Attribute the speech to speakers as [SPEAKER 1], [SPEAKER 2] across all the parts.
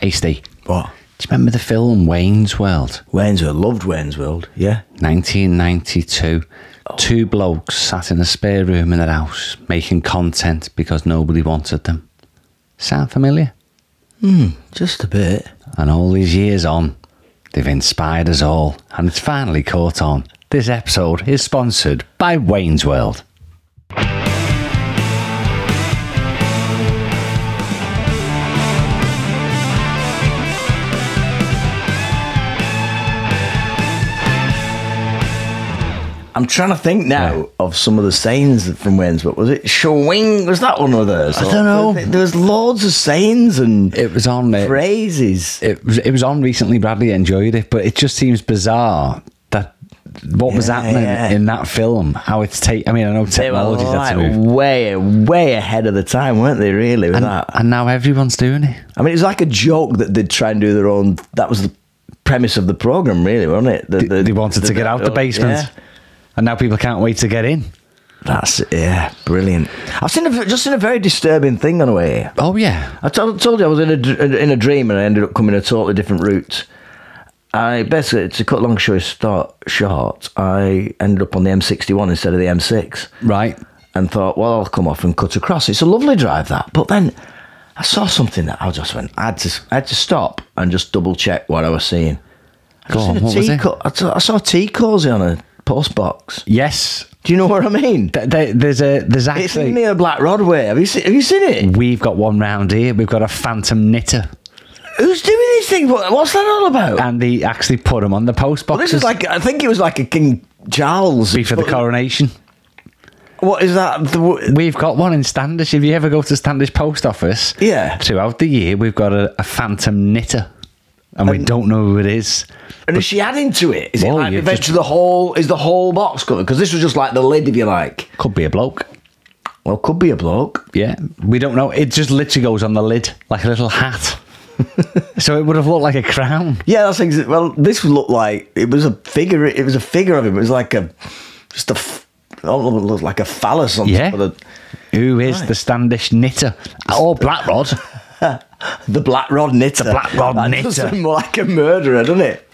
[SPEAKER 1] Hey, Steve, do
[SPEAKER 2] What?
[SPEAKER 1] you remember the film Wayne's World?
[SPEAKER 2] Wayne's World. Loved Wayne's World. Yeah.
[SPEAKER 1] 1992. Two blokes sat in a spare room in their house making content because nobody wanted them. Sound familiar?
[SPEAKER 2] Just a bit.
[SPEAKER 1] And all these years on, they've inspired us all, and it's finally caught on. This episode is sponsored by Wayne's World.
[SPEAKER 2] I'm trying to think now of some of the sayings that- from Wayne's World. Was it Shawing? Was that one of those?
[SPEAKER 1] I don't know.
[SPEAKER 2] There was loads of sayings and
[SPEAKER 1] It was on it,
[SPEAKER 2] phrases.
[SPEAKER 1] it was it was on recently. Bradley enjoyed it, but it just seems bizarre that what was
[SPEAKER 2] Yeah,
[SPEAKER 1] happening
[SPEAKER 2] yeah.
[SPEAKER 1] in that film, how it's take. I mean, I know
[SPEAKER 2] They were
[SPEAKER 1] technology's had
[SPEAKER 2] like
[SPEAKER 1] to move,
[SPEAKER 2] way, way ahead of the time, weren't they? Really, with that.
[SPEAKER 1] and now everyone's doing it.
[SPEAKER 2] I mean, it was like a joke that they'd try and do their own. That was the premise of the program, really, wasn't it? The,
[SPEAKER 1] they wanted to get out the basement,
[SPEAKER 2] yeah.
[SPEAKER 1] and now people can't wait to get in.
[SPEAKER 2] That's yeah, brilliant. I've seen a, just seen a very disturbing thing on the way here.
[SPEAKER 1] Oh yeah,
[SPEAKER 2] I told, told you I was in a dr- in a dream and I ended up coming a totally different route. I basically, to cut long story start short, I ended up on the M61 instead of the M6,
[SPEAKER 1] right.
[SPEAKER 2] and thought, well, I'll come off and cut across. It's a lovely drive that, but then I saw something that I just went, I had to, I had to stop and just double check what I was seeing. I
[SPEAKER 1] Go
[SPEAKER 2] just
[SPEAKER 1] on,
[SPEAKER 2] seen a
[SPEAKER 1] what was
[SPEAKER 2] tea
[SPEAKER 1] it?
[SPEAKER 2] co- I saw- I saw a tea cozy on a post box.
[SPEAKER 1] Yes,
[SPEAKER 2] Do you know what I mean?
[SPEAKER 1] Th- there- there's a there's
[SPEAKER 2] It's
[SPEAKER 1] actually
[SPEAKER 2] near Black Rodway. Have you seen? Have you seen it?
[SPEAKER 1] we've got one round here. We've got a phantom knitter,
[SPEAKER 2] Who's doing these things? What, what's that all about?
[SPEAKER 1] and they actually put him on the post
[SPEAKER 2] Well, this
[SPEAKER 1] boxes
[SPEAKER 2] is like I think it was like a King Charles
[SPEAKER 1] before the
[SPEAKER 2] But
[SPEAKER 1] coronation.
[SPEAKER 2] What is that? The, w-
[SPEAKER 1] We've got one in Standish. If you ever go to Standish Post Office,
[SPEAKER 2] Yeah.
[SPEAKER 1] throughout the year we've got a, a phantom knitter, and we don't know who it is.
[SPEAKER 2] and is she adding to it? Is
[SPEAKER 1] Well,
[SPEAKER 2] it like
[SPEAKER 1] you've
[SPEAKER 2] eventually
[SPEAKER 1] just-
[SPEAKER 2] the whole is the whole box covered? Because this was just like the lid, if you like.
[SPEAKER 1] Could be a bloke.
[SPEAKER 2] Well, could be a bloke.
[SPEAKER 1] Yeah, we don't know. It just literally goes on the lid like a little hat. so it would have looked like a crown.
[SPEAKER 2] Yeah, that's exa- well. This looked like it was a figure. It was a figure of him. It was like a just a. F- I don't know, it looked like a phallus on
[SPEAKER 1] Yeah.
[SPEAKER 2] top of
[SPEAKER 1] Who is the Standish knitter? Oh, Or Blackrod?
[SPEAKER 2] the, the black rod knitter. The
[SPEAKER 1] black rod
[SPEAKER 2] that
[SPEAKER 1] knitter.
[SPEAKER 2] Does seem more like a murderer, doesn't it?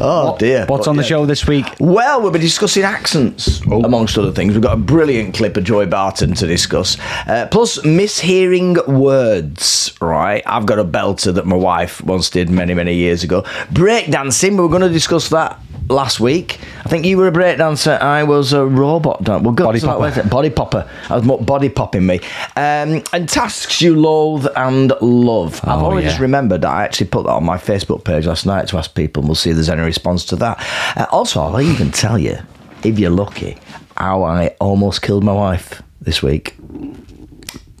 [SPEAKER 2] Oh dear.
[SPEAKER 1] What's
[SPEAKER 2] But
[SPEAKER 1] on the
[SPEAKER 2] yeah.
[SPEAKER 1] show this week?
[SPEAKER 2] Well, we'll be discussing accents,
[SPEAKER 1] Oh.
[SPEAKER 2] amongst other things. We've got a brilliant clip of Joy Barton to discuss. Uh, plus, mishearing words, right? I've got a belter that my wife once did many, many years ago. Breakdancing, we were going to discuss that last week. I think you were a breakdancer, I was a robot dancer. We'll go
[SPEAKER 1] Body
[SPEAKER 2] to that
[SPEAKER 1] popper.
[SPEAKER 2] later. Body popper. I was more body popping me. Um, and tasks you loathe and love. I've
[SPEAKER 1] Oh,
[SPEAKER 2] already
[SPEAKER 1] yeah.
[SPEAKER 2] just remembered that I actually put that on my Facebook page last night to ask people, and we'll see if there's any response to that. Uh, also, I'll even tell you, if you're lucky, how I almost killed my wife this week.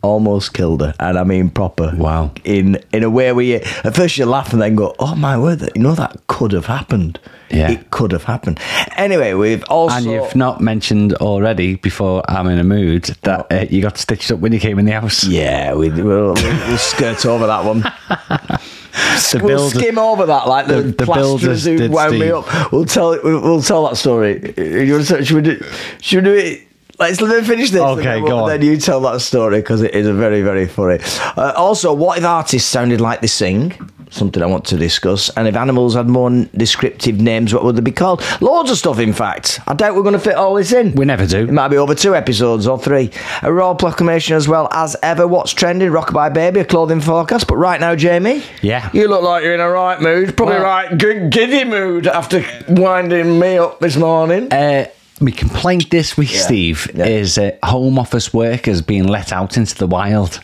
[SPEAKER 2] Almost killed her, and I mean proper.
[SPEAKER 1] Wow.
[SPEAKER 2] In in a way where you at first you laugh and then go, oh my word, that you know that could have happened.
[SPEAKER 1] Yeah.
[SPEAKER 2] it could have happened. Anyway, we've also
[SPEAKER 1] And you've not mentioned already before I'm in a mood that uh, you got stitched up when you came in the house.
[SPEAKER 2] Yeah, we, we'll, we'll skirt over that one.
[SPEAKER 1] the
[SPEAKER 2] we'll skim over that like the,
[SPEAKER 1] the- the
[SPEAKER 2] plasterers
[SPEAKER 1] builders
[SPEAKER 2] who
[SPEAKER 1] did
[SPEAKER 2] wound me
[SPEAKER 1] Steve.
[SPEAKER 2] up. We'll tell we'll, we'll tell that story. You want to, should we do? Should we do it? Let's let me finish this. and
[SPEAKER 1] Okay,
[SPEAKER 2] then
[SPEAKER 1] go on.
[SPEAKER 2] Then you tell that story because it is a very very funny. Uh, also, what if artists sounded like they sing? Something I want to discuss. And if animals had more n- descriptive names, what would they be called? Loads of stuff, in fact. I doubt we're going to fit all this in.
[SPEAKER 1] We never do.
[SPEAKER 2] It might be over two episodes or three. A royal proclamation as well as ever. What's trending? Rockabye Baby, a clothing forecast. But right now, Jamie.
[SPEAKER 1] Yeah.
[SPEAKER 2] You look like you're in a right mood. Probably
[SPEAKER 1] Well-
[SPEAKER 2] right g- giddy mood after winding me up this morning.
[SPEAKER 1] Uh, my complaint this week,
[SPEAKER 2] Yeah.
[SPEAKER 1] Steve,
[SPEAKER 2] Yeah.
[SPEAKER 1] is uh, home office workers being let out into the wild.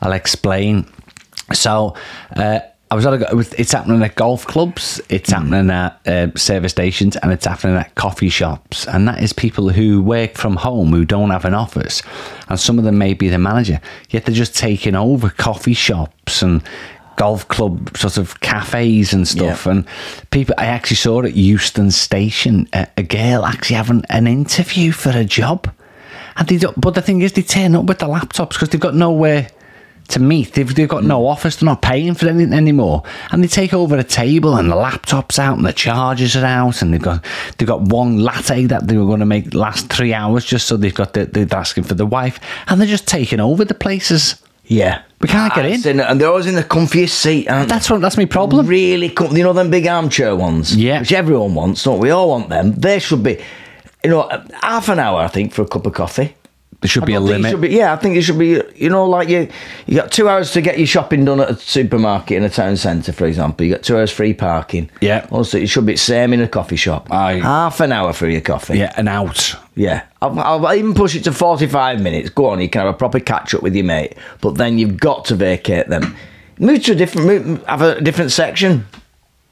[SPEAKER 1] I'll explain. So, uh, I was at a, go- it was- it's happening at golf clubs, it's
[SPEAKER 2] Hmm.
[SPEAKER 1] happening at uh, service stations, and it's happening at coffee shops. And that is people who work from home who don't have an office, and some of them may be the manager. Yet they're just taking over coffee shops and golf club sort of cafes and stuff. And people, I actually saw at Euston Station a, a girl actually having an interview for a job. And they don't, but the thing is, they turn up with the laptops because they've got nowhere to meet. They've, they've got no office. They're not paying for anything anymore. And they take over a table, and the laptops out, and the chargers are out, and they've got they've got one latte that they were going to make last three hours, just so they've got the, they're asking for the wife, and they're just taking over the places. Yeah. We can't get in.
[SPEAKER 2] It's and they're always in the comfiest seat, aren't they?
[SPEAKER 1] That's what that's my problem.
[SPEAKER 2] Really com- you know them big armchair ones?
[SPEAKER 1] Yeah.
[SPEAKER 2] Which everyone wants, don't we? We all want them. They should be, you know, half an hour, I think, for a cup of coffee.
[SPEAKER 1] There should be a
[SPEAKER 2] I think it
[SPEAKER 1] limit.
[SPEAKER 2] should be- yeah, I think it should be. You know, like you, you got two hours to get your shopping done at a supermarket in a town centre, for example. You got two hours free parking.
[SPEAKER 1] Yeah.
[SPEAKER 2] Also, it should be the same in a coffee shop.
[SPEAKER 1] Aye.
[SPEAKER 2] Half an hour for your coffee.
[SPEAKER 1] yeah, an out.
[SPEAKER 2] Yeah. I'll, I'll even push it to forty-five minutes. Go on, you can have a proper catch up with your mate, but then you've got to vacate them. Move to a different, move, have a different section.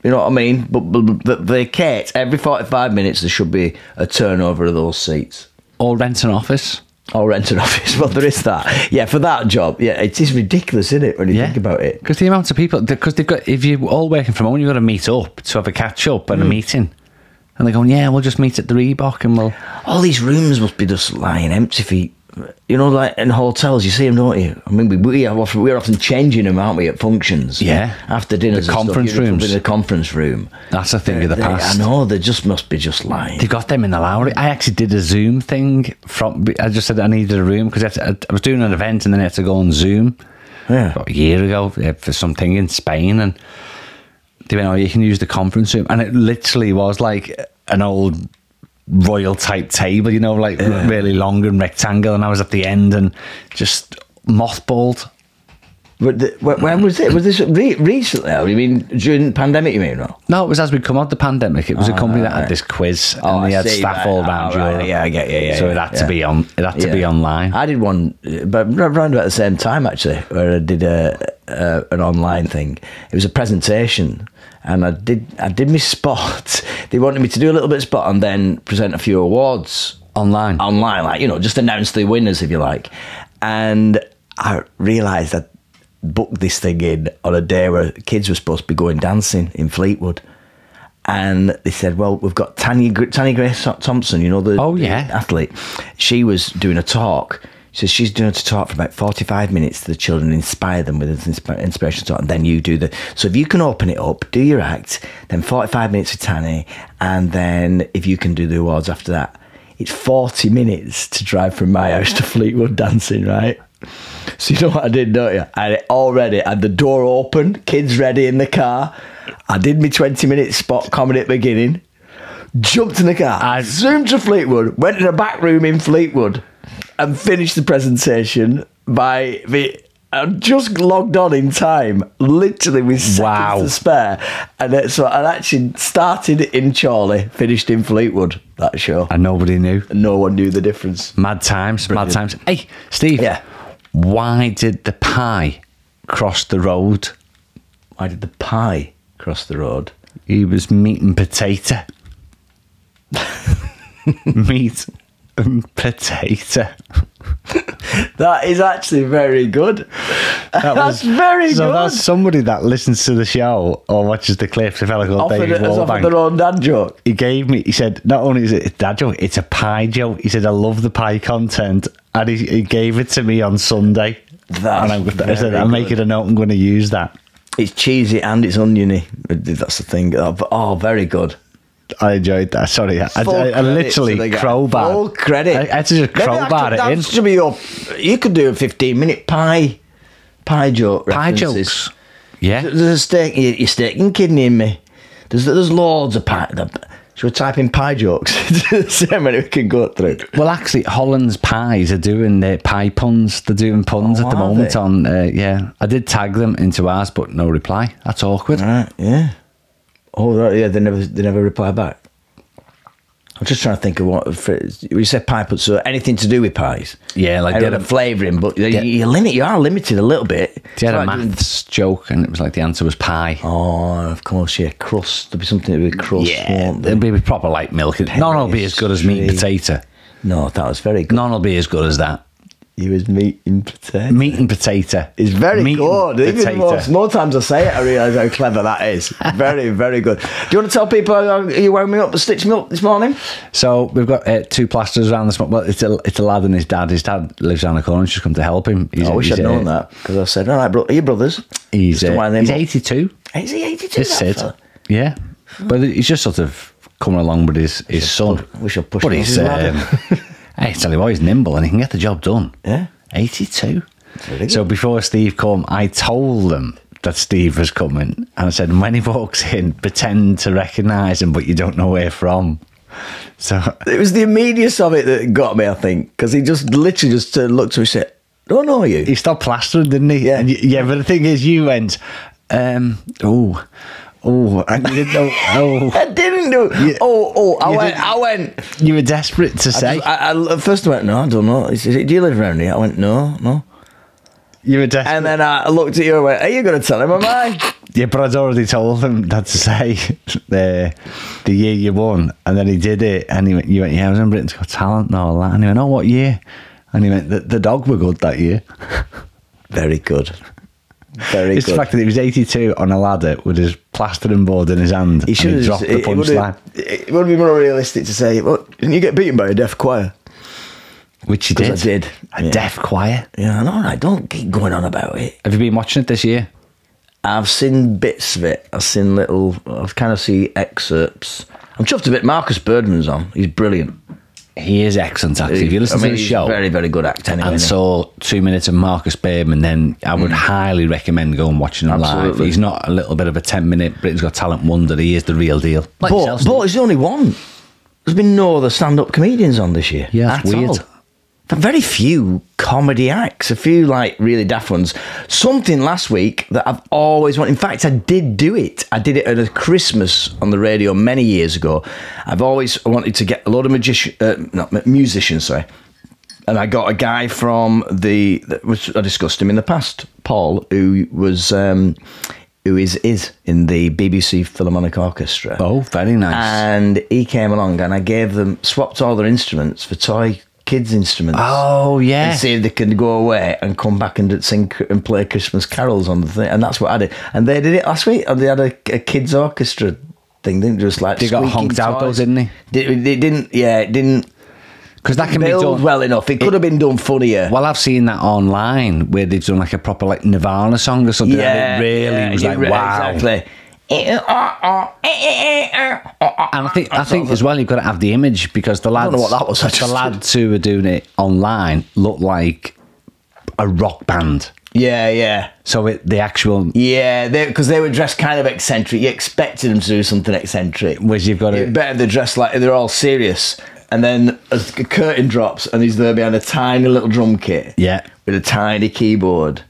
[SPEAKER 2] You know what I mean? But, but, but vacate every forty-five minutes. There should be a turnover of those seats.
[SPEAKER 1] Or rent an office.
[SPEAKER 2] Or rent an office. Well, there is that. Yeah, for that job. Yeah, it is ridiculous, isn't it, when you think about it?
[SPEAKER 1] Because the amount of people, because they've got, if you're all working from home, you've got to meet up to have a catch up
[SPEAKER 2] Mm.
[SPEAKER 1] and a meeting. And they're going, yeah, we'll just meet at the Reebok and we'll.
[SPEAKER 2] All these rooms must be just lying empty for you know, like in hotels, you see them, don't you? I mean, we, we are often, we're often changing them, aren't we, at functions?
[SPEAKER 1] Yeah.
[SPEAKER 2] After dinners,
[SPEAKER 1] The
[SPEAKER 2] and stuff,
[SPEAKER 1] conference
[SPEAKER 2] you're up
[SPEAKER 1] rooms.
[SPEAKER 2] In the conference room.
[SPEAKER 1] That's a thing of the
[SPEAKER 2] They-
[SPEAKER 1] past.
[SPEAKER 2] I know, they just must be just lying.
[SPEAKER 1] They got them in the Lowry. I actually did a Zoom thing from. I just said I needed a room because I, I was doing an event and then I had to go on Zoom
[SPEAKER 2] Yeah.
[SPEAKER 1] about a year ago uh, for something in Spain, and they went, "Oh, you can use the conference room," and it literally was like an old royal type table, you know, like r- really long and rectangle, and I was at the end and just mothballed.
[SPEAKER 2] But the, when, when was it? Was this re- recently? I mean, during the pandemic, you mean? No?
[SPEAKER 1] No, it was as we come out of the pandemic. It was a company that had this quiz, and
[SPEAKER 2] Ah, Oh,
[SPEAKER 1] they
[SPEAKER 2] I
[SPEAKER 1] had
[SPEAKER 2] see,
[SPEAKER 1] staff
[SPEAKER 2] right.
[SPEAKER 1] all
[SPEAKER 2] Oh,
[SPEAKER 1] around
[SPEAKER 2] right.
[SPEAKER 1] Europe.
[SPEAKER 2] Yeah, I get you, yeah,
[SPEAKER 1] so it
[SPEAKER 2] yeah,
[SPEAKER 1] had to
[SPEAKER 2] yeah.
[SPEAKER 1] be on. It had to be
[SPEAKER 2] Yeah.
[SPEAKER 1] online.
[SPEAKER 2] I did one, uh, but r- around about the same time actually, where I did a, a an online thing. It was a presentation, and I did I did my spot. They wanted me to do a little bit of spot and then present a few awards
[SPEAKER 1] Online.
[SPEAKER 2] online, like you know, just announce the winners if you like. And I realised I booked this thing in on a day where kids were supposed to be going dancing in Fleetwood. And they said, "Well, we've got Tanya, Gr- Tanya Grace Thompson, you know the
[SPEAKER 1] Oh,
[SPEAKER 2] the
[SPEAKER 1] yeah.
[SPEAKER 2] athlete. She was doing a talk. So she's doing a talk for about forty-five minutes to the children, inspire them with an insp- inspirational talk, and then you do the. So if you can open it up, do your act, then forty-five minutes with Tani, and then if you can do the awards after that, it's forty minutes to drive from my house to Fleetwood dancing, right? So you know what I did, don't you? I had it all ready, I had the door open, kids ready in the car. I did my twenty minute spot comedy at the beginning jumped in the car,
[SPEAKER 1] I-
[SPEAKER 2] zoomed to Fleetwood, went in a back room in Fleetwood, and finished the presentation by the. I just logged on in time, literally with seconds
[SPEAKER 1] Wow.
[SPEAKER 2] to spare, and it, so I actually started in Charlie, finished in Fleetwood. That show,
[SPEAKER 1] and nobody knew.
[SPEAKER 2] and no one knew the difference.
[SPEAKER 1] Mad times, mad times. Hey, Steve.
[SPEAKER 2] Yeah.
[SPEAKER 1] Why did the pie cross the road?
[SPEAKER 2] Why did the pie cross the road?
[SPEAKER 1] He was meat and potato. meat and potato.
[SPEAKER 2] That is actually very good. that's very
[SPEAKER 1] so
[SPEAKER 2] good.
[SPEAKER 1] that's somebody that listens to the show or watches the clips. A fellow called
[SPEAKER 2] offered,
[SPEAKER 1] Dave
[SPEAKER 2] has offered their
[SPEAKER 1] Wallbank.
[SPEAKER 2] own dad joke.
[SPEAKER 1] He gave me. He said, "Not only is it a dad joke, it's a pie joke." He said, "I love the pie content," and he, he gave it to me on Sunday.
[SPEAKER 2] That's
[SPEAKER 1] and I'm, I said,
[SPEAKER 2] very
[SPEAKER 1] "I'm
[SPEAKER 2] good.
[SPEAKER 1] making a note. I'm going to use that."
[SPEAKER 2] It's cheesy and it's oniony. That's the thing. Oh, but- oh, very good.
[SPEAKER 1] I enjoyed that. Sorry, I, I,
[SPEAKER 2] Full
[SPEAKER 1] I
[SPEAKER 2] credit to
[SPEAKER 1] literally
[SPEAKER 2] the guy.
[SPEAKER 1] crowbar.
[SPEAKER 2] Full credit.
[SPEAKER 1] I, I had to just
[SPEAKER 2] Maybe that
[SPEAKER 1] crowbar
[SPEAKER 2] could-
[SPEAKER 1] it
[SPEAKER 2] that
[SPEAKER 1] in.
[SPEAKER 2] should be your. You could do a fifteen-minute pie, pie joke.
[SPEAKER 1] Pie
[SPEAKER 2] references.
[SPEAKER 1] jokes. Yeah.
[SPEAKER 2] There's a steak. you- You're steak and kidney in me. There's there's loads of pie. The, should we type in pie jokes? See how many we can go through.
[SPEAKER 1] Well, actually, Holland's Pies are doing their pie puns. They're doing puns
[SPEAKER 2] Oh,
[SPEAKER 1] at the
[SPEAKER 2] are
[SPEAKER 1] moment.
[SPEAKER 2] they?
[SPEAKER 1] On uh, yeah, I did tag them into ours, but no reply. That's awkward.
[SPEAKER 2] Right. Yeah. Oh right, yeah. They never they never reply back. I'm just trying to think of what phrase- you said. Pie put so anything to do with pies.
[SPEAKER 1] Yeah, like
[SPEAKER 2] I
[SPEAKER 1] they
[SPEAKER 2] had
[SPEAKER 1] had
[SPEAKER 2] a
[SPEAKER 1] a,
[SPEAKER 2] flavouring, but you-
[SPEAKER 1] Yeah.
[SPEAKER 2] you limit you are limited a little bit.
[SPEAKER 1] they had a
[SPEAKER 2] It's like doing-
[SPEAKER 1] maths joke, and it was like the answer was pie.
[SPEAKER 2] Oh, of course, yeah, crust. There'll be something to do with crust,
[SPEAKER 1] yeah,
[SPEAKER 2] won't there?
[SPEAKER 1] it'd be proper like milk. None will be as good as meat and
[SPEAKER 2] Pastry.
[SPEAKER 1] potato.
[SPEAKER 2] No, that was very good.
[SPEAKER 1] None will be as good as that.
[SPEAKER 2] He was meat and potato.
[SPEAKER 1] Meat and potato.
[SPEAKER 2] It's very
[SPEAKER 1] Meat and
[SPEAKER 2] good. Even more,
[SPEAKER 1] potato.
[SPEAKER 2] more times I say it, I realise how clever that is. Very, very good. Do you want to tell people uh, you woke me up with stitch milk this morning?
[SPEAKER 1] So we've got uh, two plasters around this. mo- Well, it's a, it's a lad and his dad. His dad lives down the corner. and He's just come to help him. He's,
[SPEAKER 2] Oh, I wish
[SPEAKER 1] he's,
[SPEAKER 2] I'd known
[SPEAKER 1] uh,
[SPEAKER 2] that because I said, "All right, bro, are you brothers?"
[SPEAKER 1] He's,
[SPEAKER 2] Just
[SPEAKER 1] uh,
[SPEAKER 2] to wind them
[SPEAKER 1] he's
[SPEAKER 2] up.
[SPEAKER 1] 82.
[SPEAKER 2] Is he eighty-two?
[SPEAKER 1] This
[SPEAKER 2] that
[SPEAKER 1] Sid.
[SPEAKER 2] fella?
[SPEAKER 1] Yeah. But he's just sort of coming along with his, his son.
[SPEAKER 2] we should push
[SPEAKER 1] But
[SPEAKER 2] him
[SPEAKER 1] he's,
[SPEAKER 2] off his
[SPEAKER 1] um,
[SPEAKER 2] ladder.
[SPEAKER 1] I tell you what, he's nimble and he can get the job done.
[SPEAKER 2] Yeah.
[SPEAKER 1] 82. So before Steve come, I told them that Steve was coming, and I said, when he walks in, pretend to recognise him, but you don't know where from. So
[SPEAKER 2] It was the immediacy of it that got me, I think, because he just literally just turned, looked to me and said, Don't know you.
[SPEAKER 1] he stopped plastering, didn't he?
[SPEAKER 2] Yeah.
[SPEAKER 1] And y- yeah, but the thing is, you went, um, oh, oh, and you didn't know, oh.
[SPEAKER 2] I didn't do
[SPEAKER 1] You-
[SPEAKER 2] Oh, oh, I
[SPEAKER 1] you
[SPEAKER 2] went,
[SPEAKER 1] didn't-
[SPEAKER 2] I went.
[SPEAKER 1] You were desperate to
[SPEAKER 2] I
[SPEAKER 1] say.
[SPEAKER 2] just- I, I, at first I went, No, I don't know. He said, Do you live around here? I went, No, no.
[SPEAKER 1] you were desperate.
[SPEAKER 2] And then I looked at you and went, Are you going to tell him, am I?
[SPEAKER 1] Yeah, but I'd already told him that to say the the year you won, and then he did it, and he went, "You went, yeah, I was in Britain's Got Talent and all that." And he went, "Oh, what year?" And he went, "The, the dog were good that year."
[SPEAKER 2] Very good. Very
[SPEAKER 1] It's the
[SPEAKER 2] good.
[SPEAKER 1] fact that he was eighty-two on a ladder with his plastering board in his hand,
[SPEAKER 2] He
[SPEAKER 1] and
[SPEAKER 2] should
[SPEAKER 1] he
[SPEAKER 2] have
[SPEAKER 1] dropped the punchline,
[SPEAKER 2] It would have been more realistic to say, well, didn't you get beaten by a deaf choir?
[SPEAKER 1] which he
[SPEAKER 2] 'Cause I
[SPEAKER 1] did.
[SPEAKER 2] did,
[SPEAKER 1] A
[SPEAKER 2] yeah.
[SPEAKER 1] deaf choir.
[SPEAKER 2] Yeah, no, I don't keep going on about it.
[SPEAKER 1] Have you been watching it this year?
[SPEAKER 2] I've seen bits of it. I've seen little. I've kind of seen excerpts. I'm chuffed a bit. Marcus Birdman's on. He's brilliant.
[SPEAKER 1] He is excellent, actually. If you listen
[SPEAKER 2] I mean,
[SPEAKER 1] to the
[SPEAKER 2] he's
[SPEAKER 1] show,
[SPEAKER 2] very, very good actor. Anyway,
[SPEAKER 1] and
[SPEAKER 2] isn't he?
[SPEAKER 1] saw two minutes of Marcus Beerman, then I would highly recommend going and watching him live.
[SPEAKER 2] Absolutely.
[SPEAKER 1] He's not a little bit of a 10 minute Britain's Got Talent wonder, he is the real deal. Like
[SPEAKER 2] but,
[SPEAKER 1] yourself,
[SPEAKER 2] but he's the only one. There's been no other stand-up comedians on this year.
[SPEAKER 1] Yeah,
[SPEAKER 2] at
[SPEAKER 1] that's weird.
[SPEAKER 2] all. There are very few comedy acts. A few like really daft ones. Something last week that I've always wanted. In fact, I did do it. I did it at a Christmas on the radio many years ago. I've always wanted to get a lot of magician, uh, not mu- musicians, sorry. And I got a guy from the, that was I discussed him in the past, Paul, who was, um, who is is in the BBC Philharmonic Orchestra.
[SPEAKER 1] Oh, very nice.
[SPEAKER 2] And he came along and I gave them, swapped all their instruments for toy kids' instruments.
[SPEAKER 1] oh, yeah.
[SPEAKER 2] And see if they could go away and come back and sing and play Christmas carols on the thing. And that's what I did. And they did it last week. And they had a, a kids' orchestra thing. Didn't just like
[SPEAKER 1] They got
[SPEAKER 2] squeaking
[SPEAKER 1] honked out though,
[SPEAKER 2] toys.
[SPEAKER 1] didn't they?
[SPEAKER 2] They, they didn't. Yeah, it didn't
[SPEAKER 1] Because that can be
[SPEAKER 2] build
[SPEAKER 1] done. Well,
[SPEAKER 2] well enough. It, could have been done funnier.
[SPEAKER 1] I've seen that online where they've done like a proper like Nirvana song or something.
[SPEAKER 2] yeah,
[SPEAKER 1] and it really
[SPEAKER 2] yeah,
[SPEAKER 1] was
[SPEAKER 2] it
[SPEAKER 1] like,
[SPEAKER 2] re-
[SPEAKER 1] wow.
[SPEAKER 2] Exactly. Eh, oh,
[SPEAKER 1] And I think I think as well you've got to have the image because the lads
[SPEAKER 2] don't know what that was, I
[SPEAKER 1] the
[SPEAKER 2] just-
[SPEAKER 1] lads who were doing it online looked like a rock band.
[SPEAKER 2] Yeah, yeah.
[SPEAKER 1] So it, the actual
[SPEAKER 2] Yeah, because they, were dressed kind of eccentric. You expected them to do something eccentric.
[SPEAKER 1] was you've got
[SPEAKER 2] It
[SPEAKER 1] to
[SPEAKER 2] better they're dressed like they're all serious. And then as the curtain drops, and he's there behind a tiny little drum kit.
[SPEAKER 1] Yeah.
[SPEAKER 2] With a tiny keyboard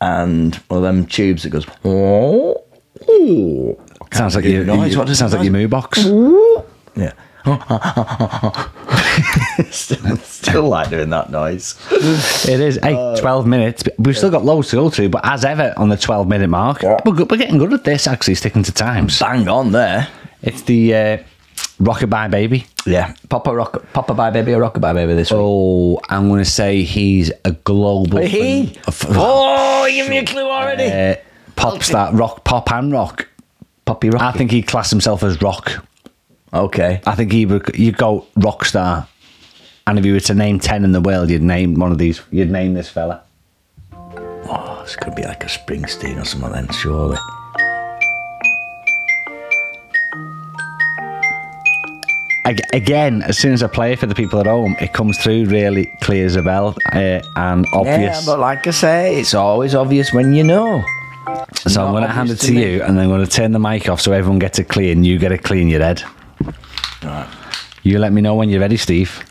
[SPEAKER 2] and one of them tubes that goes. Oh, oh.
[SPEAKER 1] sounds like your,
[SPEAKER 2] noise, what does
[SPEAKER 1] sounds
[SPEAKER 2] it
[SPEAKER 1] like your moo box.
[SPEAKER 2] Yeah. still, still like doing that noise.
[SPEAKER 1] It is hey, 12 minutes. We've still got loads to go through, but as ever on the 12 minute mark,
[SPEAKER 2] Yeah.
[SPEAKER 1] we're, good, we're getting good at this actually sticking to times.
[SPEAKER 2] Bang on there.
[SPEAKER 1] It's the uh, Rockabye Baby.
[SPEAKER 2] Yeah. Papa rock, Papa by baby or rockabye baby this week.
[SPEAKER 1] Oh, I'm going to say he's a global
[SPEAKER 2] He?
[SPEAKER 1] phen- a ph-
[SPEAKER 2] Oh, you give me a clue already.
[SPEAKER 1] uh, pop star, rock, pop and rock.
[SPEAKER 2] Poppy Rocky.
[SPEAKER 1] I think he classed himself as rock.
[SPEAKER 2] Okay.
[SPEAKER 1] I think he would. You go rock star, and if you were to name ten in the world, you'd name one of these. You'd name this fella.
[SPEAKER 2] Oh, it's going to be like a Springsteen or something then, surely.
[SPEAKER 1] Ag- Again, as soon as I play it for the people at home, it comes through really clear as a bell uh, and obvious.
[SPEAKER 2] Yeah, but like I say, it's always obvious when you know.
[SPEAKER 1] so I'm
[SPEAKER 2] not
[SPEAKER 1] going to hand it
[SPEAKER 2] obvious
[SPEAKER 1] to
[SPEAKER 2] to me.
[SPEAKER 1] you, and then I'm going to turn the mic off so everyone gets a clean. You get a clean your head.
[SPEAKER 2] Right,
[SPEAKER 1] You let me know when you're ready, Steve.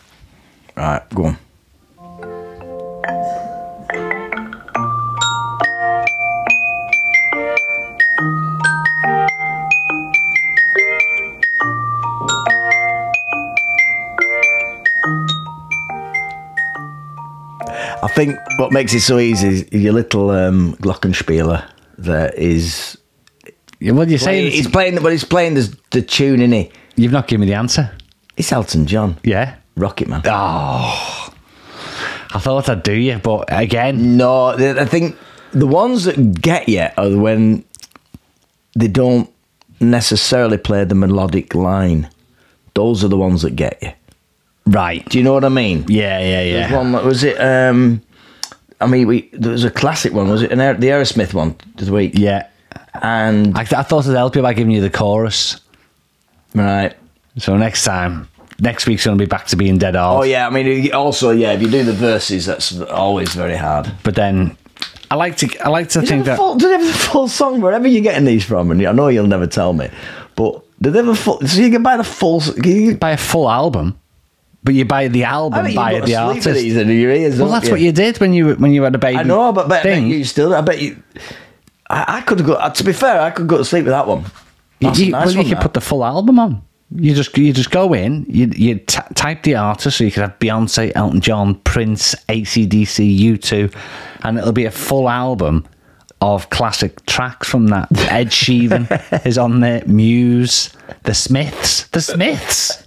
[SPEAKER 2] right, go on. I think what makes it so easy is your little um, Glockenspieler there is.
[SPEAKER 1] Yeah, Well, you're saying
[SPEAKER 2] He's playing, but he's playing the, the tune, is he?
[SPEAKER 1] you've not given me the answer.
[SPEAKER 2] It's Elton John.
[SPEAKER 1] Yeah,
[SPEAKER 2] Rocket Man.
[SPEAKER 1] I thought I'd do you, but again,
[SPEAKER 2] No, th- I think the ones that get you are when they don't necessarily play the melodic line. Those are the ones that get you.
[SPEAKER 1] right?
[SPEAKER 2] Do you know what I mean?
[SPEAKER 1] Yeah, yeah, yeah.
[SPEAKER 2] There's one that was it. Um, I mean, we there was a classic one. Was it an Aer- the Aerosmith one this week?
[SPEAKER 1] Yeah.
[SPEAKER 2] And
[SPEAKER 1] I, th- I thought I'd help you by giving you the chorus.
[SPEAKER 2] right,
[SPEAKER 1] So next time, next week's going to be back to being dead hard.
[SPEAKER 2] Oh yeah, I mean also yeah, if you do the verses, that's always very hard.
[SPEAKER 1] But then I like to I like to
[SPEAKER 2] Did
[SPEAKER 1] think
[SPEAKER 2] they have
[SPEAKER 1] that
[SPEAKER 2] a full, did they have the full song wherever you're getting these from? And I know you'll never tell me, but did they have a full? So you can buy the full. s- Can you,
[SPEAKER 1] buy a full album, but you buy the album
[SPEAKER 2] I mean,
[SPEAKER 1] by
[SPEAKER 2] you've got
[SPEAKER 1] the
[SPEAKER 2] to sleep with
[SPEAKER 1] artist.
[SPEAKER 2] These in your ears,
[SPEAKER 1] Well,
[SPEAKER 2] don't
[SPEAKER 1] that's what you did when you when you had a baby.
[SPEAKER 2] I know, but, but I bet
[SPEAKER 1] thing.
[SPEAKER 2] you still. I bet you. I, I could go. uh, To be fair, I could go to sleep with that one.
[SPEAKER 1] You,
[SPEAKER 2] That's a
[SPEAKER 1] you,
[SPEAKER 2] nice
[SPEAKER 1] well, you
[SPEAKER 2] one,
[SPEAKER 1] could
[SPEAKER 2] that.
[SPEAKER 1] put the full album on. You just you just go in. You you t- type the artist, so you could have Beyonce, Elton John, Prince, ACDC, U2, and it'll be a full album of classic tracks from that. Ed Sheeran is on there. Muse, The Smiths, The Smiths,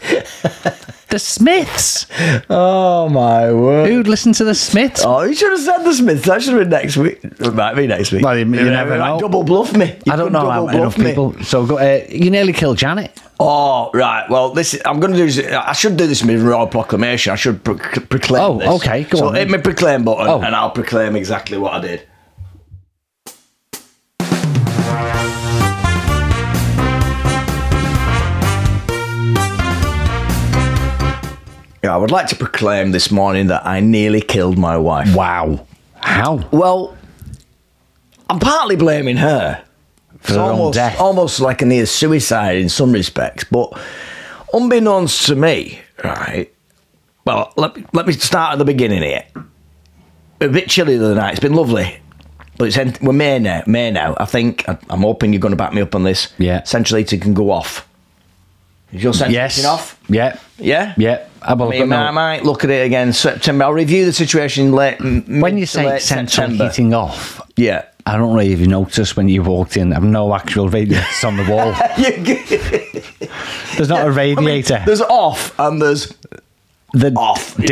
[SPEAKER 1] The Smiths.
[SPEAKER 2] Oh my word!
[SPEAKER 1] Who'd listen to The Smiths?
[SPEAKER 2] Oh, you should have said the Smiths. That should have been next week. It might be next week.
[SPEAKER 1] Well, you- you
[SPEAKER 2] know,
[SPEAKER 1] never
[SPEAKER 2] like,
[SPEAKER 1] know.
[SPEAKER 2] Double bluff me. You
[SPEAKER 1] I don't
[SPEAKER 2] could
[SPEAKER 1] know
[SPEAKER 2] double
[SPEAKER 1] how
[SPEAKER 2] bluff
[SPEAKER 1] enough people. So go, uh, you nearly killed Janet.
[SPEAKER 2] Oh right. Well, this is, I'm going to do. This, I should do this in my royal proclamation. I should pro- proclaim.
[SPEAKER 1] Oh,
[SPEAKER 2] this.
[SPEAKER 1] okay, go
[SPEAKER 2] so
[SPEAKER 1] on
[SPEAKER 2] hit
[SPEAKER 1] then.
[SPEAKER 2] my proclaim button,
[SPEAKER 1] Oh.
[SPEAKER 2] and I'll proclaim exactly what I did. Yeah, I would like to proclaim this morning that I nearly killed my wife.
[SPEAKER 1] Wow. How?
[SPEAKER 2] Well, I'm partly blaming her
[SPEAKER 1] For
[SPEAKER 2] It's
[SPEAKER 1] her own
[SPEAKER 2] almost,
[SPEAKER 1] death.
[SPEAKER 2] almost like a near suicide in some respects. But unbeknownst to me, right? Well, let me, let me start at the beginning here. A bit chilly the other night. It's been lovely. But it's ent- we're May now. May now. I think I- I'm hoping you're going to back me up on this.
[SPEAKER 1] Yeah.
[SPEAKER 2] Central heating can go off. Is your central
[SPEAKER 1] Yes.
[SPEAKER 2] heating off?
[SPEAKER 1] Yeah.
[SPEAKER 2] Yeah.
[SPEAKER 1] Yeah. I will-
[SPEAKER 2] Me and
[SPEAKER 1] no.
[SPEAKER 2] I might look at it again September. I'll review the situation late. m-
[SPEAKER 1] When
[SPEAKER 2] mid
[SPEAKER 1] you
[SPEAKER 2] to
[SPEAKER 1] say
[SPEAKER 2] late
[SPEAKER 1] central
[SPEAKER 2] September.
[SPEAKER 1] heating off,
[SPEAKER 2] yeah.
[SPEAKER 1] I don't know if you noticed when you walked in. I've no actual radiators on the wall. There's not a radiator.
[SPEAKER 2] There's off and there's
[SPEAKER 1] They're
[SPEAKER 2] off. You know what I mean?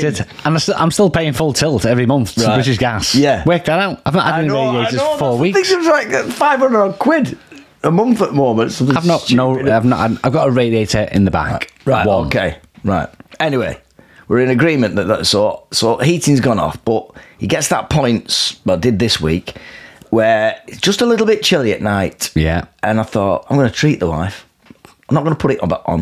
[SPEAKER 1] disconnected, and I st- I'm still paying full tilt every month to
[SPEAKER 2] Right.
[SPEAKER 1] British Gas.
[SPEAKER 2] Yeah.
[SPEAKER 1] work that out. I've not had any radiators for four
[SPEAKER 2] I
[SPEAKER 1] weeks.
[SPEAKER 2] think it was like 500 odd quid a month at the moment. something
[SPEAKER 1] I've not no.
[SPEAKER 2] stupid.
[SPEAKER 1] I've not. I've got a radiator in the back.
[SPEAKER 2] Right.
[SPEAKER 1] One.
[SPEAKER 2] Okay. Right. Anyway, we're in agreement that that so so heating's gone off, but he gets that points. Well, did this week where it's just a little bit chilly at night.
[SPEAKER 1] Yeah.
[SPEAKER 2] And I thought I'm going to treat the wife. I'm not going to put it on. but on.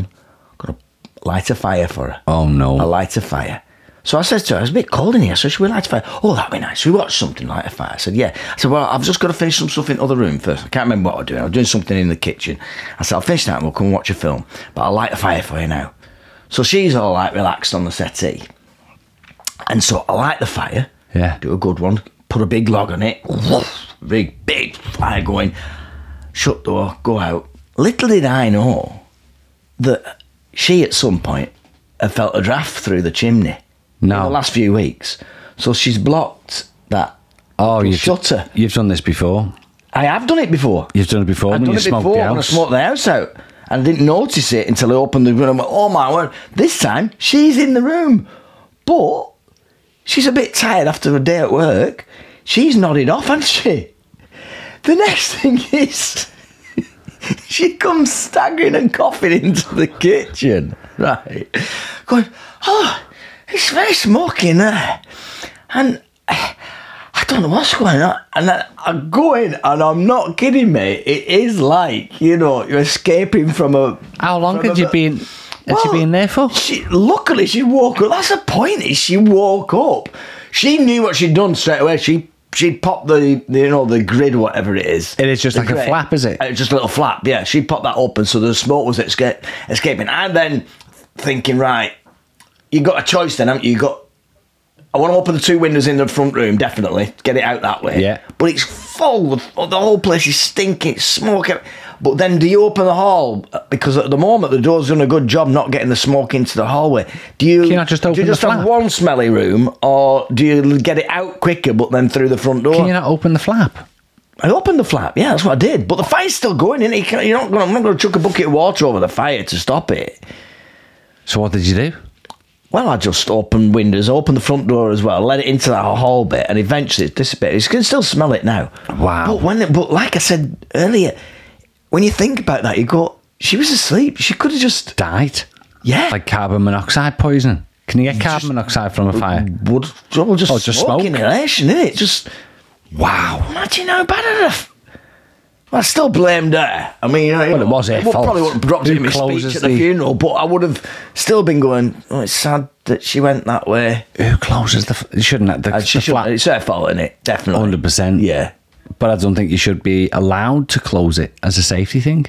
[SPEAKER 2] I'm going to light a fire for her.
[SPEAKER 1] Oh
[SPEAKER 2] I
[SPEAKER 1] no.
[SPEAKER 2] light a fire. So I said to her, it's a bit cold in here, so should we light a fire? Oh, that'd be nice. Should we watch something, light a fire? I said, yeah. I said, well, I've just got to finish some stuff in the other room first. I can't remember what I was doing. I was doing something in the kitchen. I said, I'll finish that and we'll come and watch a film. But I'll light a fire for you now. So she's all like relaxed on the settee. And so I light the fire.
[SPEAKER 1] Yeah.
[SPEAKER 2] Do a good one. Put a big log on it. Big, big fire going. Shut door, go out. Little did I know that she at some point had felt a draft through the chimney.
[SPEAKER 1] No.
[SPEAKER 2] In the last few weeks. So she's blocked that.
[SPEAKER 1] Oh, you've
[SPEAKER 2] shutter.
[SPEAKER 1] You've done this before.
[SPEAKER 2] I have done it before.
[SPEAKER 1] You've done it before.
[SPEAKER 2] I've
[SPEAKER 1] when
[SPEAKER 2] done
[SPEAKER 1] you
[SPEAKER 2] it
[SPEAKER 1] smoked
[SPEAKER 2] before
[SPEAKER 1] the
[SPEAKER 2] when I
[SPEAKER 1] house.
[SPEAKER 2] smoked the house out. And I didn't notice it until I opened the room. Oh my word, this time she's in the room. But she's a bit tired after a day at work. She's nodded off, hasn't she? The next thing is she comes staggering and coughing into the kitchen. Right. Going, oh, it's very smoky in there. And I don't know what's going on. And I, I go in, and I'm not kidding, mate. It is like, you know, you're escaping from a.
[SPEAKER 1] How long
[SPEAKER 2] from
[SPEAKER 1] had
[SPEAKER 2] a-
[SPEAKER 1] you been? Had you
[SPEAKER 2] Well,
[SPEAKER 1] been there for?
[SPEAKER 2] She, luckily, she woke up. That's the point, is she woke up. She knew what she'd done straight away. She. She popped the, the, you know, the grid, whatever it is.
[SPEAKER 1] It is just
[SPEAKER 2] The
[SPEAKER 1] like a flap, is it?
[SPEAKER 2] Uh, just a little flap, yeah. She popped that open so the smoke was esca- escaping. And then thinking, right, you got a choice then, haven't you? You got. I want to open the two windows in the front room, definitely. Get it out that way.
[SPEAKER 1] Yeah.
[SPEAKER 2] But it's full. of- The whole place is stinking, it's smoking. But then do you open the hall? Uh, Because at the moment, the door's done a good job not getting the smoke into the hallway. Do you,
[SPEAKER 1] you not just
[SPEAKER 2] do
[SPEAKER 1] open
[SPEAKER 2] you
[SPEAKER 1] the
[SPEAKER 2] just have
[SPEAKER 1] flap?
[SPEAKER 2] one smelly room, or do you get it out quicker but then through the front door?
[SPEAKER 1] Can you not open the flap?
[SPEAKER 2] I opened the flap. Yeah, that's what I did. But the fire's still going. In it, you're not going. I'm not going to chuck a bucket of water over the fire to stop it.
[SPEAKER 1] So what did you do?
[SPEAKER 2] Well, I just opened windows, opened the front door as well, let it into that whole bit, and eventually it disappeared. You can still smell it now.
[SPEAKER 1] Wow.
[SPEAKER 2] But when, it, but like I said earlier, when you think about that, you go, she was asleep. She could have just,
[SPEAKER 1] Died.
[SPEAKER 2] yeah,
[SPEAKER 1] like carbon monoxide poisoning. Can you get carbon monoxide from a fire?
[SPEAKER 2] would well, just,
[SPEAKER 1] Oh, just
[SPEAKER 2] smoke
[SPEAKER 1] smoke.
[SPEAKER 2] inhalation, innit? Just
[SPEAKER 1] Wow.
[SPEAKER 2] imagine how bad enough. I still blamed her. I mean, you know,
[SPEAKER 1] Well, it was her
[SPEAKER 2] I would-
[SPEAKER 1] fault.
[SPEAKER 2] probably would have dropped
[SPEAKER 1] Who
[SPEAKER 2] it in my speech
[SPEAKER 1] closes
[SPEAKER 2] at the,
[SPEAKER 1] the-
[SPEAKER 2] funeral, but I would have still been going. Oh, it's sad that she went that way.
[SPEAKER 1] Who closes the? f- You Uh, shouldn't have the,
[SPEAKER 2] And she
[SPEAKER 1] the
[SPEAKER 2] shouldn't-
[SPEAKER 1] flat.
[SPEAKER 2] It's her fault, isn't it? Definitely.
[SPEAKER 1] Hundred percent.
[SPEAKER 2] Yeah.
[SPEAKER 1] but I don't think you should be allowed to close it as a safety thing.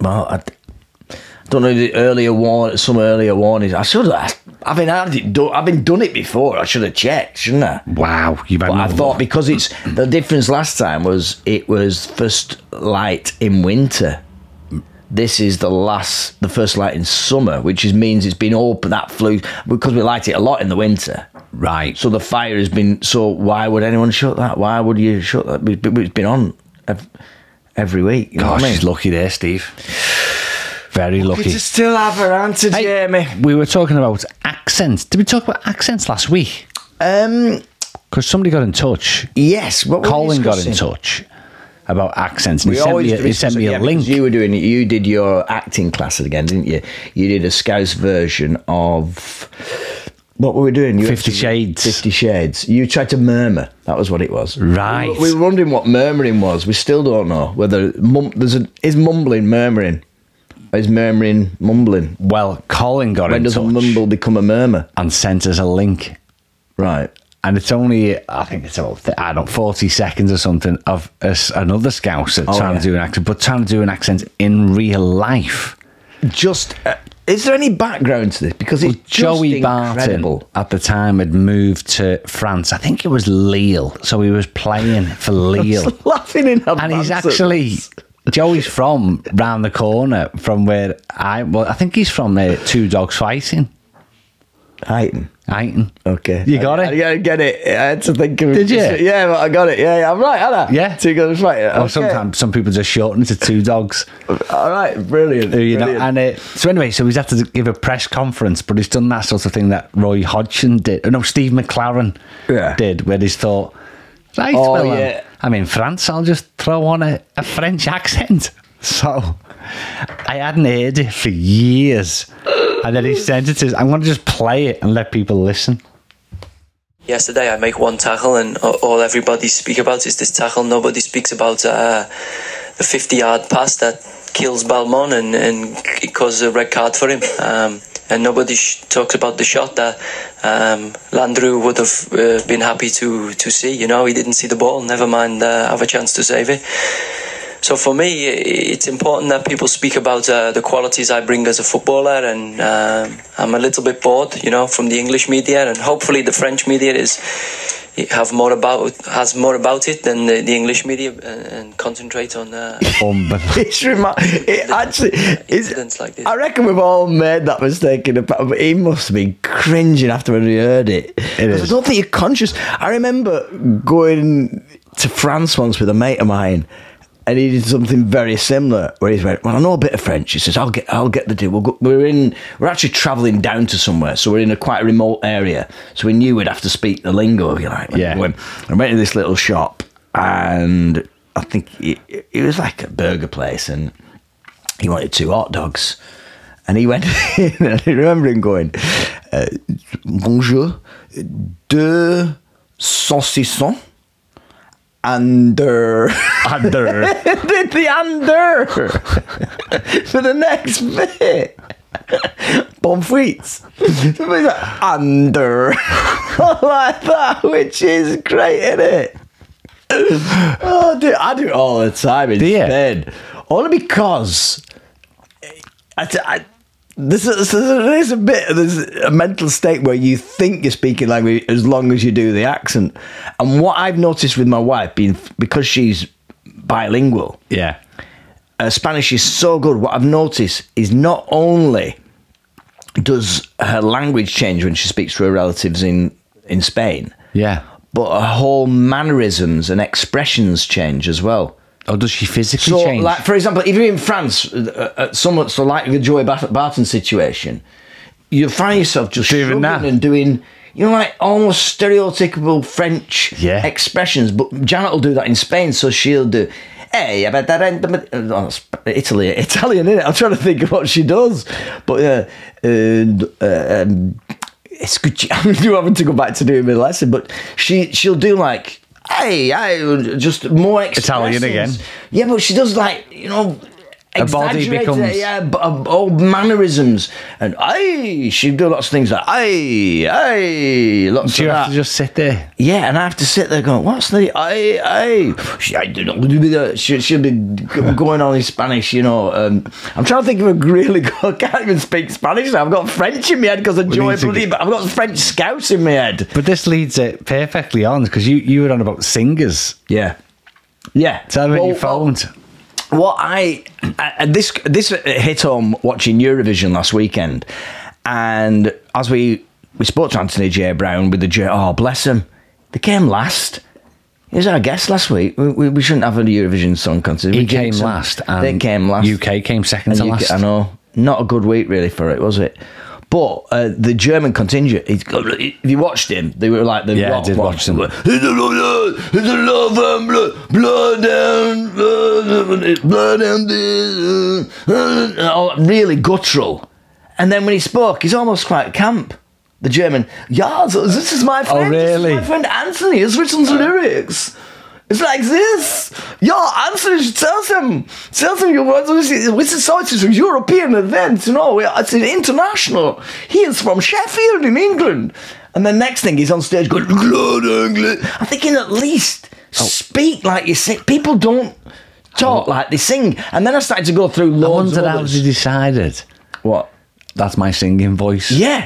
[SPEAKER 2] Well, I, d- I don't know the earlier warn, some earlier warnings. I should have. I've been had it. Do, I've been done it before. I should have checked, shouldn't I?
[SPEAKER 1] Wow, you've had
[SPEAKER 2] But I
[SPEAKER 1] another
[SPEAKER 2] thought
[SPEAKER 1] one.
[SPEAKER 2] because it's the difference last time was it was first light in winter. This is the last, the first light in summer, which is, means it's been open that flue because we light it a lot in the winter.
[SPEAKER 1] right.
[SPEAKER 2] So the fire has been. So why would anyone shut that? Why would you shut that? It's been- It's been on ev- every week. You know
[SPEAKER 1] Gosh,
[SPEAKER 2] what I mean?
[SPEAKER 1] she's lucky there, Steve. Very lucky.
[SPEAKER 2] Good to still have her answer,
[SPEAKER 1] Hey,
[SPEAKER 2] Jamie.
[SPEAKER 1] We were talking about accents. Did we talk about accents last week?
[SPEAKER 2] Um,
[SPEAKER 1] Because somebody got in touch.
[SPEAKER 2] yes. What were we
[SPEAKER 1] Colin got in
[SPEAKER 2] discussing?
[SPEAKER 1] touch about accents. And
[SPEAKER 2] We
[SPEAKER 1] he sent,
[SPEAKER 2] always
[SPEAKER 1] me a,
[SPEAKER 2] do
[SPEAKER 1] he
[SPEAKER 2] this,
[SPEAKER 1] sent me
[SPEAKER 2] yeah,
[SPEAKER 1] a
[SPEAKER 2] because
[SPEAKER 1] link.
[SPEAKER 2] You were doing it. You did your acting classes again, didn't you? You did a Scouse version of what were we doing? You
[SPEAKER 1] Fifty Shades.
[SPEAKER 2] Fifty Shades. You tried to murmur. That was what it was.
[SPEAKER 1] Right.
[SPEAKER 2] We, we were wondering what murmuring was. We still don't know whether mum, there's a, is mumbling murmuring. Or Is murmuring mumbling?
[SPEAKER 1] Well, Colin got
[SPEAKER 2] When
[SPEAKER 1] in
[SPEAKER 2] does a
[SPEAKER 1] touch
[SPEAKER 2] mumble become a murmur?
[SPEAKER 1] and sent us a link.
[SPEAKER 2] Right.
[SPEAKER 1] And it's only, I think it's about, th- I don't know, 40 seconds or something of us, another scouser trying
[SPEAKER 2] Oh, yeah.
[SPEAKER 1] to do an accent, but trying to do an accent in real life.
[SPEAKER 2] Just. Uh, is there any background to this? Because it's just
[SPEAKER 1] Joey
[SPEAKER 2] incredible.
[SPEAKER 1] Barton at the time had moved to France. I think it was Lille. So he was playing for Lille.
[SPEAKER 2] laughing in
[SPEAKER 1] and
[SPEAKER 2] advance
[SPEAKER 1] he's
[SPEAKER 2] at
[SPEAKER 1] actually Joey's from round the corner from where I well I think he's from there. Two dogs fighting,
[SPEAKER 2] Hayton.
[SPEAKER 1] Aiton.
[SPEAKER 2] Okay,
[SPEAKER 1] You got
[SPEAKER 2] I,
[SPEAKER 1] it?
[SPEAKER 2] Yeah, I get it. I had to think of.
[SPEAKER 1] Did you?
[SPEAKER 2] Yeah, but I got it. Yeah, yeah I'm right, Anna.
[SPEAKER 1] Yeah.
[SPEAKER 2] two goals right.
[SPEAKER 1] Or
[SPEAKER 2] Okay.
[SPEAKER 1] sometimes some people just shorten it to two dogs.
[SPEAKER 2] All right, brilliant.
[SPEAKER 1] You know,
[SPEAKER 2] brilliant.
[SPEAKER 1] and uh, so anyway, so he's had to give a press conference, but he's done that sort of thing that Roy Hodgson did. Oh, No, Steve McLaren
[SPEAKER 2] Yeah.
[SPEAKER 1] did, where he's thought, right,
[SPEAKER 2] Oh,
[SPEAKER 1] well, um,
[SPEAKER 2] yeah.
[SPEAKER 1] I'm in France, I'll just throw on a, a French accent. So I hadn't heard it for years. And then he sent it to us. I'm going to just play it and let people listen.
[SPEAKER 3] Yesterday, I make one tackle, and a- all everybody speak about is this tackle. Nobody speaks about uh, the 50-yard pass that kills Balmon and, and it causes a red card for him. Um, and nobody sh- talks about the shot that um, Landrew would have uh, been happy to, to see. You know, he didn't see the ball. Never mind, uh, have a chance to save it. So for me, i- it's important that people speak about uh, the qualities I bring as a footballer, and um I'm a little bit bored, you know, from the English media, and hopefully the French media is have more about has more about it than the, the English media, and, and concentrate on. Uh,
[SPEAKER 1] Unbelievable.
[SPEAKER 2] it's remi- it actually is.
[SPEAKER 3] Incidents like this.
[SPEAKER 2] I reckon we've all made that mistake in the past, but he must have been cringing after when he heard it.
[SPEAKER 1] is.
[SPEAKER 2] I don't think you're conscious. I remember going to France once with a mate of mine. And he did something very similar, where he went, "Well, I know a bit of French." He says, "I'll get, I'll get the deal." We'll go, we're in, we're actually travelling down to somewhere, so we're in a quite remote area. So we knew we'd have to speak the lingo, if you like.
[SPEAKER 1] Yeah.
[SPEAKER 2] When- I went to this little shop, and I think it, it was like a burger place, and he wanted two hot dogs. And he went in, and I remember him going, uh, Bonjour, deux saucissons, under.
[SPEAKER 1] Under.
[SPEAKER 2] Did the under for the next bit. Bon frites. Somebody's like, under. like that, which is great, isn't it? Oh, dude, I do it all the time in
[SPEAKER 1] Do you?
[SPEAKER 2] Spain. Only because I, I- this is, this is a bit there's a mental state where you think you're speaking language as long as you do the accent. And what I've noticed with my wife, being because she's bilingual,
[SPEAKER 1] yeah.
[SPEAKER 2] uh, Spanish is so good. What I've noticed is not only does her language change when she speaks to her relatives in in Spain,
[SPEAKER 1] Yeah.
[SPEAKER 2] but her whole mannerisms and expressions change as well.
[SPEAKER 1] Or Oh, does she physically
[SPEAKER 2] So,
[SPEAKER 1] change?
[SPEAKER 2] like for example, if you're in France, uh, uh, somewhat so like the Joy Bart- Barton situation, you find yourself just
[SPEAKER 1] Doing
[SPEAKER 2] doing
[SPEAKER 1] that.
[SPEAKER 2] and doing, you know, like almost stereotypical French
[SPEAKER 1] Yeah.
[SPEAKER 2] expressions. But Janet will do that in Spain, so she'll do. Hey, about that end, oh, it's Italy, Italian, innit? I'm trying to think of what she does, but uh, uh, uh, um, it's good. I'm having to go back to doing my lesson, but she she'll do like hey, I just more
[SPEAKER 1] Italian
[SPEAKER 2] expressions.
[SPEAKER 1] again.
[SPEAKER 2] Yeah, but she does like you know.
[SPEAKER 1] Her body
[SPEAKER 2] exaggerated,
[SPEAKER 1] becomes-
[SPEAKER 2] yeah, b- uh, old mannerisms, and aye, she'd do lots of things like aye, aye, lots
[SPEAKER 1] Do you
[SPEAKER 2] of
[SPEAKER 1] have
[SPEAKER 2] that.
[SPEAKER 1] to just sit there?
[SPEAKER 2] Yeah, and I have to sit there going, "What's the I I?" She, I do not do that. She should be g- going on in Spanish, you know. Um, I'm trying to think of a really good. I can't even speak Spanish now. I've got French in my head because I joy
[SPEAKER 1] need to
[SPEAKER 2] bloody. I've got French scouts in my head.
[SPEAKER 1] But this leads it perfectly on because you, you were on about singers.
[SPEAKER 2] Yeah, yeah.
[SPEAKER 1] Tell me what you
[SPEAKER 2] Well,
[SPEAKER 1] found.
[SPEAKER 2] What I, I and this this hit home watching Eurovision last weekend, and as we we spoke to Anthony J Brown with the J, oh bless him, they came last. He was our guest last week. We, we, we shouldn't have a Eurovision Song Contest.
[SPEAKER 1] He
[SPEAKER 2] We
[SPEAKER 1] came
[SPEAKER 2] jinxed them.
[SPEAKER 1] last. And
[SPEAKER 2] they came last.
[SPEAKER 1] UK came second
[SPEAKER 2] And
[SPEAKER 1] to
[SPEAKER 2] you
[SPEAKER 1] last.
[SPEAKER 2] ca- I know. Not a good week really for it, was it? But uh, the German contingent, he's got, if you watched him, they were like the
[SPEAKER 1] Yeah, I
[SPEAKER 2] rock
[SPEAKER 1] did
[SPEAKER 2] ones.
[SPEAKER 1] watch them.
[SPEAKER 2] It's a love, it's a love and blood, blood and blood, and- blood and this, uh, uh, all really guttural. And then when he spoke, he's almost quite camp. The German, yeah, so this is my friend. this is
[SPEAKER 1] Oh, really?
[SPEAKER 2] my friend Anthony has written the lyrics. It's like this. Yeah, Anthony tells him, tells him you want to see with the sort of European event, you know, it's an international. He is from Sheffield in England. And the next thing he's on stage going, "Glad England." I'm thinking at least
[SPEAKER 1] Oh.
[SPEAKER 2] speak like you sing. People don't talk like they sing. And then I started to go through
[SPEAKER 1] I
[SPEAKER 2] loads
[SPEAKER 1] wondered
[SPEAKER 2] of
[SPEAKER 1] how
[SPEAKER 2] others.
[SPEAKER 1] they decided.
[SPEAKER 2] What?
[SPEAKER 1] That's my singing voice.
[SPEAKER 2] Yeah.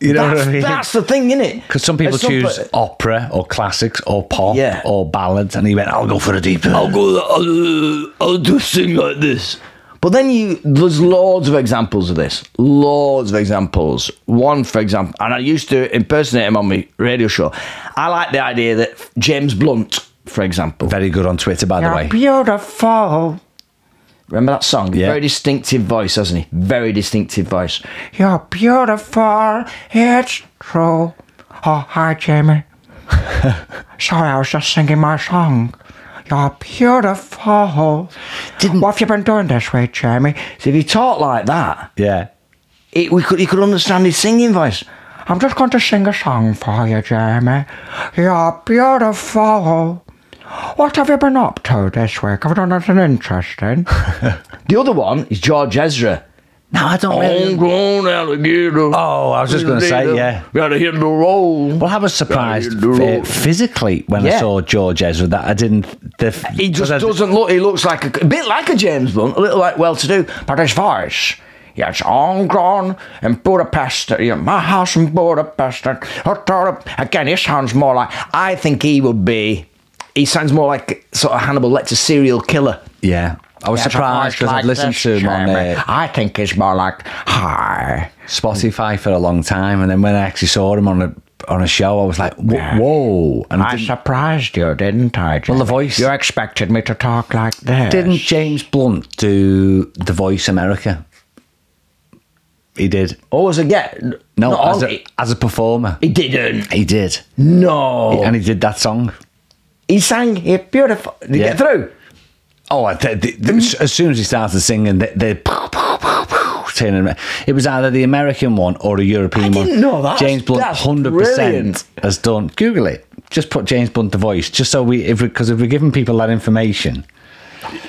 [SPEAKER 1] you know
[SPEAKER 2] that's,
[SPEAKER 1] what I mean?
[SPEAKER 2] that's the thing, isn't it?
[SPEAKER 1] Because some people choose opera or classics or pop
[SPEAKER 2] Yeah.
[SPEAKER 1] or ballads, and he went, "I'll go for a deeper."
[SPEAKER 2] I'll go. I'll, I'll do sing like this. But then you, there's loads of examples of this. Loads of examples. One, for example, and I used to impersonate him on my radio show. I like the idea that James Blunt, for example,
[SPEAKER 1] Very good on Twitter, by the
[SPEAKER 2] You're
[SPEAKER 1] way.
[SPEAKER 2] beautiful. Remember that song?
[SPEAKER 1] Yeah.
[SPEAKER 2] Very distinctive voice, hasn't he? Very distinctive voice. You're beautiful. It's true.
[SPEAKER 4] Oh, hi, Jamie. Sorry, I was just singing my song. You're beautiful.
[SPEAKER 2] Didn't-
[SPEAKER 4] What have you been doing this week, Jamie?
[SPEAKER 2] So if he talked like that,
[SPEAKER 1] Yeah,
[SPEAKER 2] it, we could, you could understand his singing voice.
[SPEAKER 4] I'm just going to sing a song for you, Jamie. You're beautiful. What have you been up to this week? Have you done anything interesting?
[SPEAKER 2] The other one is George Ezra.
[SPEAKER 1] no, I don't really.
[SPEAKER 2] Homegrown alligator.
[SPEAKER 1] Oh, I was just going to say, yeah.
[SPEAKER 2] Gotta hit the roll.
[SPEAKER 1] Well, I was surprised
[SPEAKER 2] Yeah, you're
[SPEAKER 1] uh, physically when I
[SPEAKER 2] Yeah.
[SPEAKER 1] saw George Ezra that I didn't. The,
[SPEAKER 2] He
[SPEAKER 1] 'cause
[SPEAKER 2] just
[SPEAKER 1] I-
[SPEAKER 2] doesn't look. He looks like a, a bit like a James Blunt, a little like well-to-do, but his voice. Yeah, it's all gone in Budapest. Yeah, my house in Budapest. Again, he sounds more like. I think he would be. He sounds more like sort of Hannibal Lecter serial killer.
[SPEAKER 1] Yeah, I was
[SPEAKER 2] Yeah, it's a
[SPEAKER 1] surprised
[SPEAKER 2] voice
[SPEAKER 1] because I'd
[SPEAKER 2] like
[SPEAKER 1] listened
[SPEAKER 2] this,
[SPEAKER 1] to him on
[SPEAKER 2] Jamie.
[SPEAKER 1] uh,
[SPEAKER 2] I think he's more like hi.
[SPEAKER 1] Spotify for a long time, and then when I actually saw him on a on a show, I was like, "Wh-
[SPEAKER 4] Yeah.
[SPEAKER 1] "Whoa!" And I
[SPEAKER 4] I
[SPEAKER 1] didn't,
[SPEAKER 4] surprised you, didn't I, Jamie?
[SPEAKER 1] the voice-
[SPEAKER 4] You expected me to talk like this.
[SPEAKER 1] didn't James Blunt do The Voice America? He did.
[SPEAKER 2] Always a get.
[SPEAKER 1] No,
[SPEAKER 2] not
[SPEAKER 1] as
[SPEAKER 2] all-
[SPEAKER 1] a, as a performer,
[SPEAKER 2] he didn't.
[SPEAKER 1] he did,
[SPEAKER 2] No.
[SPEAKER 1] and he did that song.
[SPEAKER 2] He sang it beautiful. Did he
[SPEAKER 1] Yeah.
[SPEAKER 2] get through?
[SPEAKER 1] Oh, I- th th
[SPEAKER 2] Mm.
[SPEAKER 1] th as soon as he started singing, the, the pow, pow, pow, pow, turning around. it was either the American one or a European
[SPEAKER 2] I
[SPEAKER 1] one.
[SPEAKER 2] didn't know that.
[SPEAKER 1] James Blunt,
[SPEAKER 2] That's
[SPEAKER 1] hundred percent
[SPEAKER 2] brilliant.
[SPEAKER 1] has done. Google it. Just put James Blunt the voice, just so we, if because if we're giving people that information,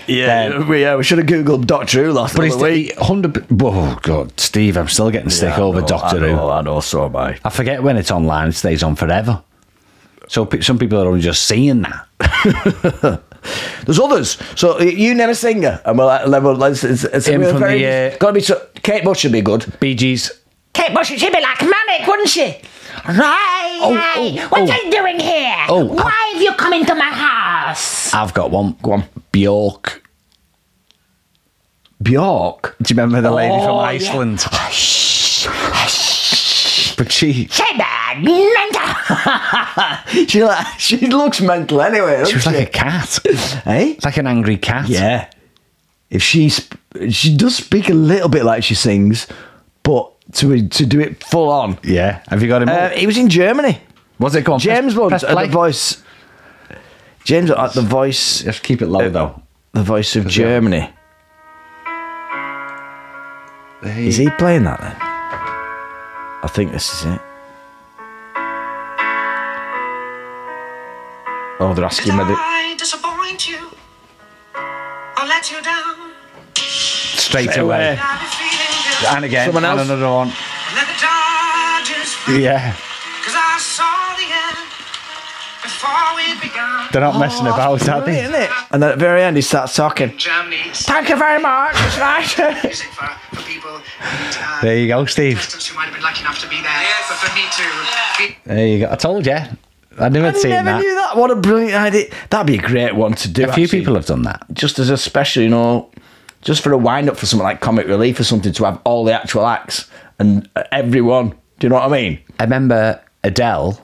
[SPEAKER 2] Yeah, we, yeah, we should have googled Doctor Who last
[SPEAKER 1] but it's hundred. Oh God, Steve, I'm still getting sick over Doctor Who.
[SPEAKER 2] I know, so am I.
[SPEAKER 1] I forget when it's online; it stays on forever. So pe- some people are only just seeing that.
[SPEAKER 2] There's others. So y- you name a singer, and we'll uh, level. It's, it's, it's
[SPEAKER 1] Him
[SPEAKER 2] a real
[SPEAKER 1] from
[SPEAKER 2] very,
[SPEAKER 1] the, uh,
[SPEAKER 2] gotta be so, Kate Bush should be good.
[SPEAKER 1] Bee Gees.
[SPEAKER 5] Kate Bush, she'd be like manic, wouldn't she? Right,
[SPEAKER 1] Oh,
[SPEAKER 5] right.
[SPEAKER 1] oh,
[SPEAKER 5] what
[SPEAKER 1] oh.
[SPEAKER 5] are you doing here?
[SPEAKER 1] Oh,
[SPEAKER 5] Why have you come into my house?
[SPEAKER 1] I've got one. Go
[SPEAKER 2] on.
[SPEAKER 1] Bjork.
[SPEAKER 2] Bjork.
[SPEAKER 1] Do you remember the lady from
[SPEAKER 5] Oh, yeah.
[SPEAKER 1] Iceland? but she,
[SPEAKER 5] Say that, Linda.
[SPEAKER 2] She like, she looks mental anyway.
[SPEAKER 1] she was like a cat. It's
[SPEAKER 2] hey.
[SPEAKER 1] like an angry cat.
[SPEAKER 2] Yeah. If she sp- she does speak a little bit like she sings, but to to do it full on.
[SPEAKER 1] Yeah. Have you got him?
[SPEAKER 2] Uh, he was in Germany.
[SPEAKER 1] Was it? Go on.
[SPEAKER 2] James
[SPEAKER 1] press,
[SPEAKER 2] Bond
[SPEAKER 1] press
[SPEAKER 2] at
[SPEAKER 1] play.
[SPEAKER 2] the voice. James at the voice.
[SPEAKER 1] Just keep it low,
[SPEAKER 2] Uh,
[SPEAKER 1] though.
[SPEAKER 2] The voice of
[SPEAKER 1] yeah.
[SPEAKER 2] Germany. Is he playing that then? I think this is it. Oh, they're asking whether
[SPEAKER 6] I disappoint you or let you down?
[SPEAKER 1] Straight away.
[SPEAKER 6] I'll be feeling guilty.
[SPEAKER 1] And again.
[SPEAKER 2] Someone
[SPEAKER 1] and
[SPEAKER 2] else?
[SPEAKER 1] another one.
[SPEAKER 6] Let the Dodgers fly,
[SPEAKER 1] Yeah.
[SPEAKER 6] 'cause I saw the end before we began.
[SPEAKER 1] They're
[SPEAKER 2] Oh,
[SPEAKER 1] not messing about, are they?
[SPEAKER 2] Isn't it? And then at the very end, he starts talking.
[SPEAKER 6] Germany's
[SPEAKER 4] Thank you very much. It's nice.
[SPEAKER 6] music for, for people in uh,
[SPEAKER 1] There you go, Steve.
[SPEAKER 6] distance who might have been lucky enough to be there. But for me to be
[SPEAKER 1] There you go. I told you. I knew I'd
[SPEAKER 2] I
[SPEAKER 1] seen
[SPEAKER 2] never
[SPEAKER 1] that.
[SPEAKER 2] knew that. What a brilliant idea. That'd be a great one to do.
[SPEAKER 1] A few
[SPEAKER 2] actually.
[SPEAKER 1] people have done that.
[SPEAKER 2] Just as a special, you know, just for a wind up for something like Comic Relief or something to have all the actual acts and uh, everyone. Do you know what I mean?
[SPEAKER 1] I remember Adele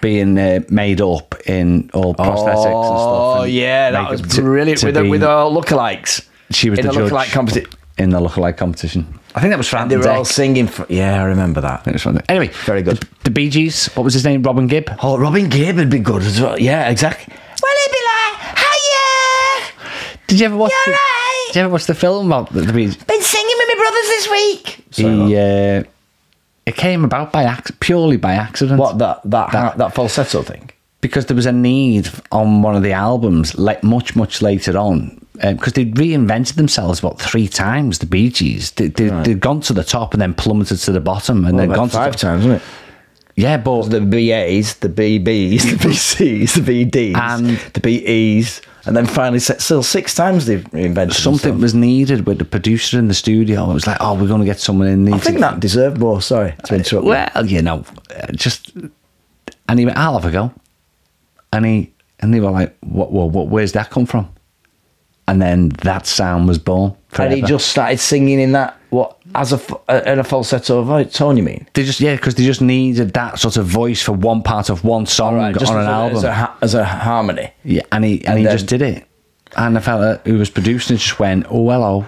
[SPEAKER 1] being uh, made up in all prosthetics and stuff.
[SPEAKER 2] Oh
[SPEAKER 1] and
[SPEAKER 2] yeah, that
[SPEAKER 1] makeup
[SPEAKER 2] was
[SPEAKER 1] to-
[SPEAKER 2] brilliant
[SPEAKER 1] to
[SPEAKER 2] with the,
[SPEAKER 1] be
[SPEAKER 2] with all lookalikes.
[SPEAKER 1] She was
[SPEAKER 2] in
[SPEAKER 1] the
[SPEAKER 2] a
[SPEAKER 1] judge.
[SPEAKER 2] lookalike competition.
[SPEAKER 1] in the lookalike competition. I think that was Fran
[SPEAKER 2] They were all
[SPEAKER 1] Deck.
[SPEAKER 2] singing. For, yeah, I remember that.
[SPEAKER 1] I think it was Fran Deck. Anyway,
[SPEAKER 2] Very good.
[SPEAKER 1] The, the Bee Gees. What was his name? Robin Gibb.
[SPEAKER 2] Oh, Robin Gibb would be good as well. Yeah, exactly. Well, it'd be like, hiya.
[SPEAKER 1] Did you ever watch? the,
[SPEAKER 5] You're right.
[SPEAKER 1] Did you ever watch the film about the, the Bee Gees?
[SPEAKER 5] Been singing with my brothers this week.
[SPEAKER 1] He, uh, it came about by ac- purely by accident.
[SPEAKER 2] What that that that, that falsetto thing?
[SPEAKER 1] because there was a need on one of the albums, like much much later on, because they'd reinvented themselves about three times. The Bee Gees, they, they, they'd gone to the top and then plummeted to the bottom, and
[SPEAKER 2] Well,
[SPEAKER 1] then
[SPEAKER 2] about
[SPEAKER 1] gone to
[SPEAKER 2] five
[SPEAKER 1] the,
[SPEAKER 2] times, wasn't it?
[SPEAKER 1] Yeah, but
[SPEAKER 2] The BAs, the BBs, the BCs, the BDs,
[SPEAKER 1] And-
[SPEAKER 2] the BEs, and then finally, se- still six times they've invented
[SPEAKER 1] something was needed with the producer in the studio. It was like, oh, we're going to get someone in.
[SPEAKER 2] I think that deserved more. Sorry to interrupt. you.
[SPEAKER 1] Uh, Well, you know, uh, just and he went, I'll have a go, and he and they were like, what, what, what where's that come from? And then that sound was born.
[SPEAKER 2] and he
[SPEAKER 1] forever.
[SPEAKER 2] just started singing in that what as a f- uh, in a falsetto voice tone. You mean?
[SPEAKER 1] They just yeah, because they just needed that sort of voice for one part of one song
[SPEAKER 2] just
[SPEAKER 1] on
[SPEAKER 2] as
[SPEAKER 1] an
[SPEAKER 2] a,
[SPEAKER 1] album.
[SPEAKER 2] as a, ha- as a harmony.
[SPEAKER 1] yeah, and he and,
[SPEAKER 2] and
[SPEAKER 1] he
[SPEAKER 2] then-
[SPEAKER 1] just did it. And the fella who was producing it just went, "Oh hello,"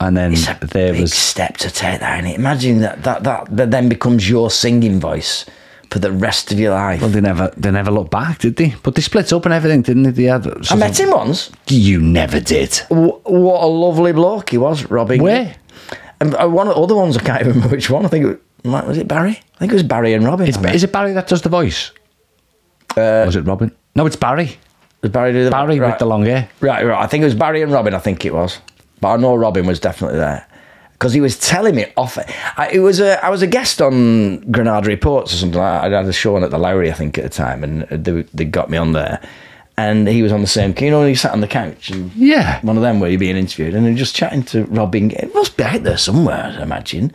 [SPEAKER 1] and then
[SPEAKER 2] It's a
[SPEAKER 1] there
[SPEAKER 2] big
[SPEAKER 1] was
[SPEAKER 2] step to take that, and imagine that that, that that then becomes your singing voice for the rest of your life.
[SPEAKER 1] well, they never they never looked back, did they? But they split up and everything, didn't they? They had
[SPEAKER 2] I
[SPEAKER 1] sort
[SPEAKER 2] met
[SPEAKER 1] of-
[SPEAKER 2] him once.
[SPEAKER 1] You never did.
[SPEAKER 2] W- what a lovely bloke he was, Robin.
[SPEAKER 1] Where?
[SPEAKER 2] And uh, one of the other ones I can't even remember which one. I think it was, was it Barry. I think it was Barry and Robin.
[SPEAKER 1] It's,
[SPEAKER 2] I met.
[SPEAKER 1] is it Barry that does the voice? Uh, was it Robin? No, it's Barry.
[SPEAKER 2] Was Barry, the,
[SPEAKER 1] Barry with
[SPEAKER 2] right.
[SPEAKER 1] the long hair.
[SPEAKER 2] Right, right. I think it was Barry and Robin. I think it was, but I know Robin was definitely there because he was telling me off. I, it was a, I was a guest on Granada Reports or something. like that. I had a show on at the Lowry, I think, at the time, and they, they got me on there. And he was on the same. You know, he sat on the couch. And
[SPEAKER 1] Yeah.
[SPEAKER 2] one of them where you're being interviewed, and he was just chatting to Robin. It must be out there somewhere, I imagine.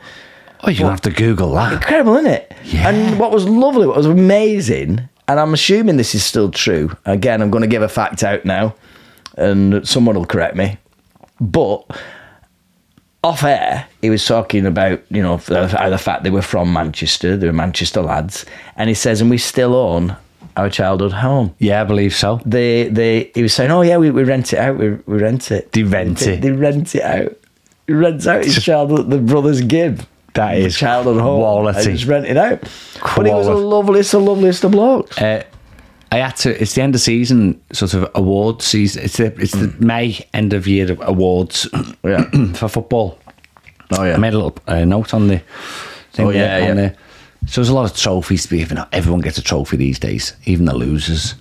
[SPEAKER 1] Oh, you're gonna have to Google that.
[SPEAKER 2] Incredible, isn't it?
[SPEAKER 1] Yeah.
[SPEAKER 2] And what was lovely, what was amazing, and I'm assuming this is still true. Again, I'm going to give a fact out now, and someone will correct me. But off air, he was talking about you know the, how the fact they were from Manchester, they were Manchester lads, and he says, and we still own our childhood home.
[SPEAKER 1] Yeah, I believe so.
[SPEAKER 2] They, they, he was saying, oh yeah, we, we rent it out, we, we rent it.
[SPEAKER 1] They rent
[SPEAKER 2] They,
[SPEAKER 1] it.
[SPEAKER 2] they rent it out. He rents out his childhood, the brothers give.
[SPEAKER 1] That is
[SPEAKER 2] childhood home.
[SPEAKER 1] quality.
[SPEAKER 2] And just rent it out. But he was the
[SPEAKER 1] Quality.
[SPEAKER 2] loveliest, the loveliest of blokes.
[SPEAKER 1] uh, I had to. It's the end of season sort of award season. It's the it's the May end of year awards
[SPEAKER 2] Yeah.
[SPEAKER 1] for football.
[SPEAKER 2] Oh yeah.
[SPEAKER 1] I made a little uh, note on the. Thing
[SPEAKER 2] Oh, yeah,
[SPEAKER 1] there, on
[SPEAKER 2] yeah.
[SPEAKER 1] there. So there's a lot of trophies to be given out. Everyone gets a trophy these days, even the losers.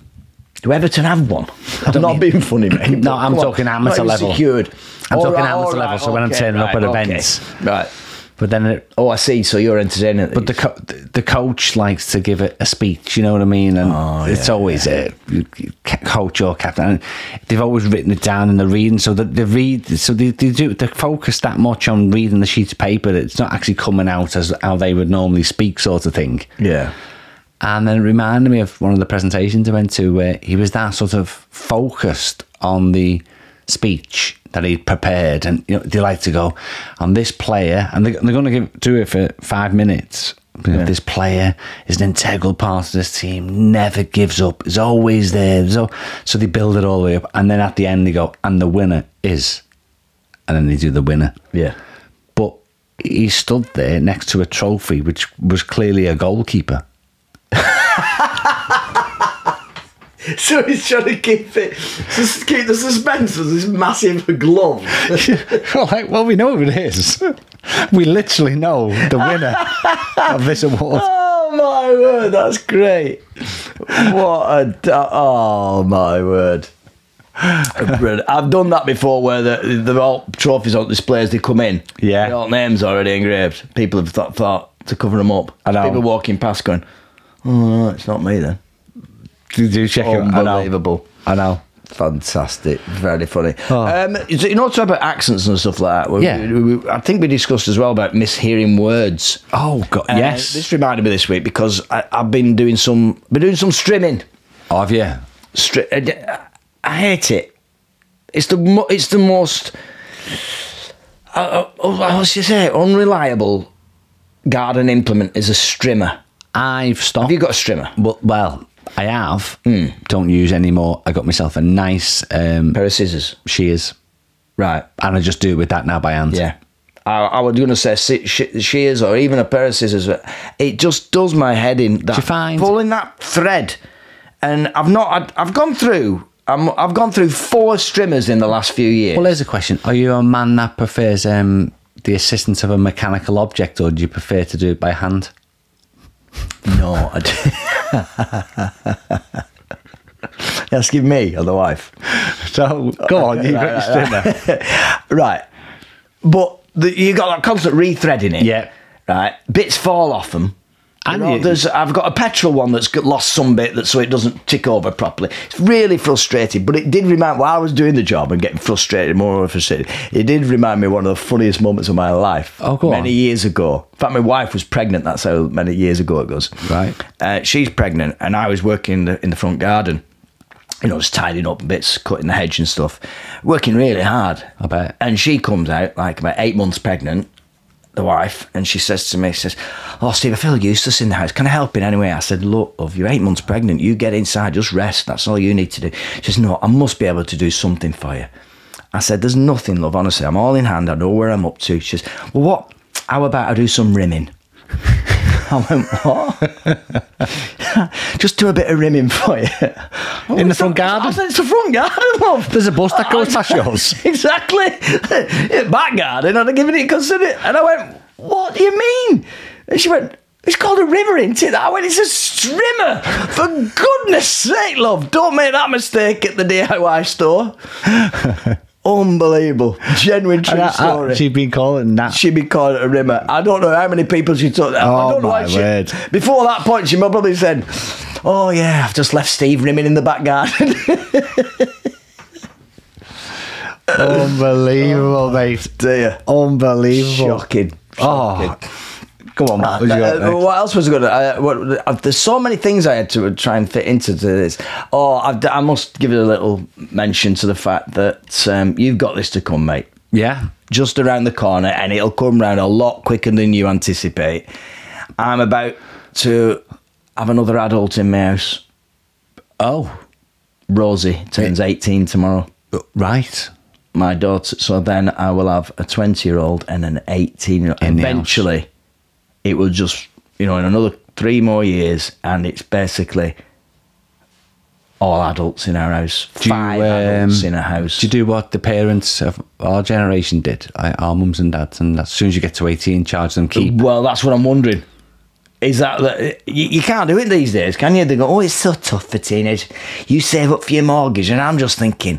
[SPEAKER 2] Do Everton have one? I'm not being funny, mate.
[SPEAKER 1] No,
[SPEAKER 2] but
[SPEAKER 1] I'm
[SPEAKER 2] come on,
[SPEAKER 1] talking amateur
[SPEAKER 2] not even
[SPEAKER 1] level.
[SPEAKER 2] Secured.
[SPEAKER 1] I'm
[SPEAKER 2] All
[SPEAKER 1] talking
[SPEAKER 2] right,
[SPEAKER 1] amateur
[SPEAKER 2] all
[SPEAKER 1] level, so when I'm
[SPEAKER 2] okay,
[SPEAKER 1] turning up
[SPEAKER 2] right,
[SPEAKER 1] at
[SPEAKER 2] okay.
[SPEAKER 1] events.
[SPEAKER 2] right?
[SPEAKER 1] But then it,
[SPEAKER 2] Oh, I see. So you're entertaining. at
[SPEAKER 1] But the
[SPEAKER 2] these.
[SPEAKER 1] co- the coach likes to give it a speech. You know what I mean? And it's always a you- you ca- coach or captain. And they've always written it down in the reading, so that they read. So they, they do. They focus that much on reading the sheet of paper. that It's not actually coming out as how they would normally speak, sort of thing.
[SPEAKER 2] yeah.
[SPEAKER 1] And then it reminded me of one of the presentations I went to where he was that sort of focused on the speech that he'd prepared. And you know, they like to go on this player, and they, they're going to give, do it for five minutes. You know, This player is an integral part of this team, never gives up, is always there. So, so they build it all the way up. And then at the end, they go, and the winner is. And then they do the winner.
[SPEAKER 2] Yeah.
[SPEAKER 1] But he stood there next to a trophy, which was clearly a goalkeeper.
[SPEAKER 2] So he's trying to keep it, sus- keep the suspense with this massive glove.
[SPEAKER 1] We're like, well, we know who it is. We literally know the winner of this award.
[SPEAKER 2] oh Oh my word, that's great. What a da- oh my word. Brilliant. I've done that before where the, the all trophies on display as they come in.
[SPEAKER 1] Yeah.
[SPEAKER 2] They're all names already engraved. People have thought, thought to cover them up.
[SPEAKER 1] I know.
[SPEAKER 2] People walking past going, oh, no, it's not me then.
[SPEAKER 1] Do, do check it. Oh, I know.
[SPEAKER 2] Unbelievable.
[SPEAKER 1] I know.
[SPEAKER 2] Fantastic, very funny.
[SPEAKER 1] Oh.
[SPEAKER 2] Um, so you know, talk about accents and stuff like that. We-
[SPEAKER 1] Yeah.
[SPEAKER 2] we- we- I think we discussed as well about mishearing words.
[SPEAKER 1] Oh God!
[SPEAKER 2] Uh,
[SPEAKER 1] yes.
[SPEAKER 2] this reminded me this week because I, I've been doing some, been doing some streaming.
[SPEAKER 1] Oh, have you?
[SPEAKER 2] Stri- I d- I hate it. It's the mo- it's the most. Uh, uh, how should I say? Unreliable garden implement is a strimmer.
[SPEAKER 1] I've stopped.
[SPEAKER 2] Have you got a strimmer?
[SPEAKER 1] Well, well I have. Don't use anymore. I got myself a nice um,
[SPEAKER 2] pair of scissors.
[SPEAKER 1] shears,
[SPEAKER 2] Right.
[SPEAKER 1] and I just do it with that now by hand.
[SPEAKER 2] Yeah. I, I was going to say si- sh- shears or even a pair of scissors, but it just does my head in. That
[SPEAKER 1] you find-
[SPEAKER 2] pulling that thread, and I've not. i I've gone through. I'm, I've gone through four strimmers in the last few years.
[SPEAKER 1] Well, here's a question: Are you a man that prefers um, the assistance of a mechanical object, or do you prefer to do it by hand?
[SPEAKER 2] No, I d- Asking me or the wife.
[SPEAKER 1] So go on, you got your strimmer.
[SPEAKER 2] right. But the, you got that constant rethreading it.
[SPEAKER 1] Yeah.
[SPEAKER 2] Right. Bits fall off them.
[SPEAKER 1] And
[SPEAKER 2] And you know,
[SPEAKER 1] you-
[SPEAKER 2] there's, I've got a petrol one that's got lost some bit that so it doesn't tick over properly. It's really frustrating, but it did remind while I was doing the job and getting frustrated, more and frustrated. It did remind me of one of the funniest moments of my life.
[SPEAKER 1] Oh, go
[SPEAKER 2] many
[SPEAKER 1] on.
[SPEAKER 2] years ago. In fact, my wife was pregnant. That's how many years ago it goes.
[SPEAKER 1] Right.
[SPEAKER 2] Uh, she's pregnant, and I was working in the, in the front garden you know, just tidying up bits, cutting the hedge and stuff, working really hard.
[SPEAKER 1] I bet.
[SPEAKER 2] And she comes out like about eight months pregnant, the wife, and she says to me, she says, "Oh, Steve, I feel useless in the house. Can I help in any way?" I said, "Look, love, you're eight months pregnant. You get inside, just rest. That's all you need to do." She says, "No, I must be able to do something for you." I said, "There's nothing, love. Honestly, I'm all in hand. I know where I'm up to." She says, "Well, what? How about I do some rimming?" I went, "What? just do a bit of rimming for you."
[SPEAKER 1] In the front
[SPEAKER 2] I
[SPEAKER 1] garden?
[SPEAKER 2] said, Oh, it's the front garden, love.
[SPEAKER 1] There's a bus that goes past yours.
[SPEAKER 2] exactly. Yeah, Back garden, I'd have given it consider. And I went, what do you mean? And she went, it's called a river, isn't it? I went, it's a strimmer. For goodness sake, love, don't make that mistake at the DIY store. Unbelievable. Genuine true story.
[SPEAKER 1] She's been calling that.
[SPEAKER 2] She'd be calling it a rimmer. I don't know how many people she took. I
[SPEAKER 1] Oh,
[SPEAKER 2] don't know why
[SPEAKER 1] my
[SPEAKER 2] she,
[SPEAKER 1] word.
[SPEAKER 2] Before that point, she probably said, "Oh yeah, I've just left Steve rimming in the back garden."
[SPEAKER 1] Unbelievable, mate.
[SPEAKER 2] Oh, Dear,
[SPEAKER 1] Unbelievable.
[SPEAKER 2] shocking.
[SPEAKER 1] Oh, go on, Matt. What you got
[SPEAKER 2] Uh,
[SPEAKER 1] next?
[SPEAKER 2] what else was good? Uh, what, uh, there's so many things I had to uh, try and fit into this. Oh, I've, d- I must give it a little mention to the fact that um, you've got this to come, mate.
[SPEAKER 1] yeah.
[SPEAKER 2] Just around the corner, and it'll come round a lot quicker than you anticipate. I'm about to have another adult in my house.
[SPEAKER 1] Oh,
[SPEAKER 2] Rosie turns 18 tomorrow.
[SPEAKER 1] right.
[SPEAKER 2] My daughter. So then I will have a 20 year old and an 18 year old.
[SPEAKER 1] In the house.
[SPEAKER 2] Eventually, it will just, you know, in another three more years, and it's basically all adults in our house.
[SPEAKER 1] you,
[SPEAKER 2] Five
[SPEAKER 1] um,
[SPEAKER 2] adults in a house.
[SPEAKER 1] Do you do what the parents of our generation did, I- our mums and dads, and as soon as you get to 18, charge them keep?
[SPEAKER 2] Well, that's what I'm wondering. Is that that you, you can't do it these days, can you? They go, oh, it's so tough for teenagers. You save up for your mortgage, and I'm just thinking,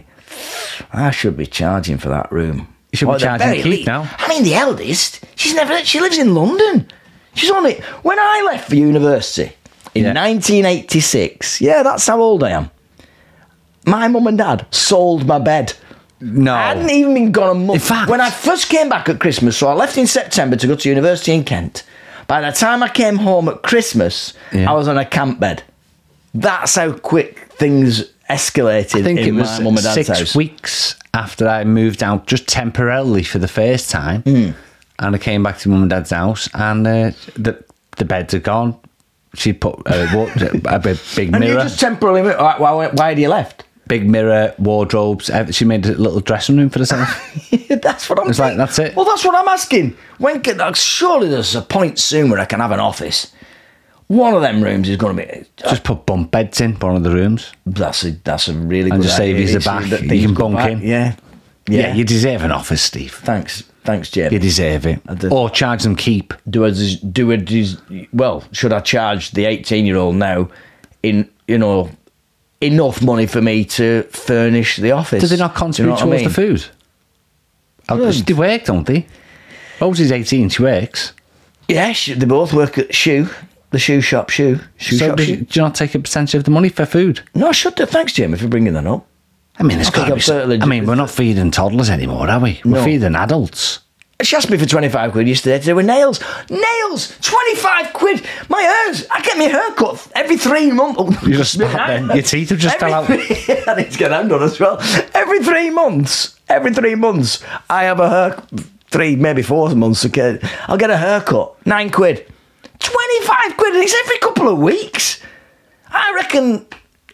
[SPEAKER 2] I should be charging for that room.
[SPEAKER 1] You should be
[SPEAKER 2] Or at the
[SPEAKER 1] charging
[SPEAKER 2] very
[SPEAKER 1] Keith
[SPEAKER 2] least-
[SPEAKER 1] now.
[SPEAKER 2] I mean, the eldest, she's never. She lives in London. She's on it. When I left for university in
[SPEAKER 1] Yeah.
[SPEAKER 2] 1986, yeah, that's how old I am. My mum and dad sold my bed.
[SPEAKER 1] No.
[SPEAKER 2] I hadn't even been gone a month.
[SPEAKER 1] In fact-
[SPEAKER 2] when I first came back at Christmas, so I left in September to go to university in Kent. By the time I came home at Christmas,
[SPEAKER 1] Yeah.
[SPEAKER 2] I was on a camp bed. That's how quick things escalated
[SPEAKER 1] I think
[SPEAKER 2] in
[SPEAKER 1] it was
[SPEAKER 2] my mum and dad's
[SPEAKER 1] six
[SPEAKER 2] house.
[SPEAKER 1] weeks after I moved out, just temporarily for the first time. And I came back to mum and dad's house, and uh, the the beds are gone. She put uh, wa- a big, big
[SPEAKER 2] And you
[SPEAKER 1] mirror,
[SPEAKER 2] just temporarily went, "Why- why, why had you left?
[SPEAKER 1] big mirror, wardrobes. ev- She made a little dressing room for herself.
[SPEAKER 2] that's what I'm
[SPEAKER 1] It's like,
[SPEAKER 2] thinking.
[SPEAKER 1] that's it.
[SPEAKER 2] Well, that's what I'm asking. When can, uh, surely there's a point soon where I can have an office. One of them rooms is going to be
[SPEAKER 1] just put bunk beds in one of the rooms.
[SPEAKER 2] that's a that's a really
[SPEAKER 1] And
[SPEAKER 2] good
[SPEAKER 1] just save
[SPEAKER 2] idea.
[SPEAKER 1] you the
[SPEAKER 2] It's-
[SPEAKER 1] back.
[SPEAKER 2] that
[SPEAKER 1] You
[SPEAKER 2] things
[SPEAKER 1] can
[SPEAKER 2] go
[SPEAKER 1] bunk
[SPEAKER 2] back.
[SPEAKER 1] in.
[SPEAKER 2] Yeah.
[SPEAKER 1] Yeah, you deserve an office, Steve.
[SPEAKER 2] Thanks. Thanks, Jamie.
[SPEAKER 1] You deserve it.
[SPEAKER 2] did.
[SPEAKER 1] Or charge them keep.
[SPEAKER 2] do a des- do a des- well should i charge the 18 year old now in you know enough money for me to furnish the office
[SPEAKER 1] Do they not contribute
[SPEAKER 2] Do you know
[SPEAKER 1] towards
[SPEAKER 2] what I
[SPEAKER 1] the
[SPEAKER 2] mean?
[SPEAKER 1] food? Oh,
[SPEAKER 2] Good.
[SPEAKER 1] They work, don't they? Rosie's 18, she works.
[SPEAKER 2] yeah sh- they both work at shoe the shoe shop shoe shoe
[SPEAKER 1] so
[SPEAKER 2] shop
[SPEAKER 1] do,
[SPEAKER 2] shoe.
[SPEAKER 1] do you not take a percentage of the money for food?
[SPEAKER 2] no i should do thanks jim if you're bringing that up
[SPEAKER 1] I mean, it's got
[SPEAKER 2] I think
[SPEAKER 1] to
[SPEAKER 2] I'm
[SPEAKER 1] be. so-
[SPEAKER 2] certainly-
[SPEAKER 1] I mean, we're not feeding toddlers anymore, are we? We're
[SPEAKER 2] No.
[SPEAKER 1] feeding adults.
[SPEAKER 2] she asked me for 25 quid yesterday to do her nails nails 25 quid my hairs i get my hair cut every three months Oh,
[SPEAKER 1] You're a spat then. Your teeth have just fell out.
[SPEAKER 2] Every three- I need to get them done as well. Every three months, every three months, I have a hair. Three, maybe four months. Okay, I'll get a haircut. Nine quid, twenty-five quid, and it's every couple of weeks. I reckon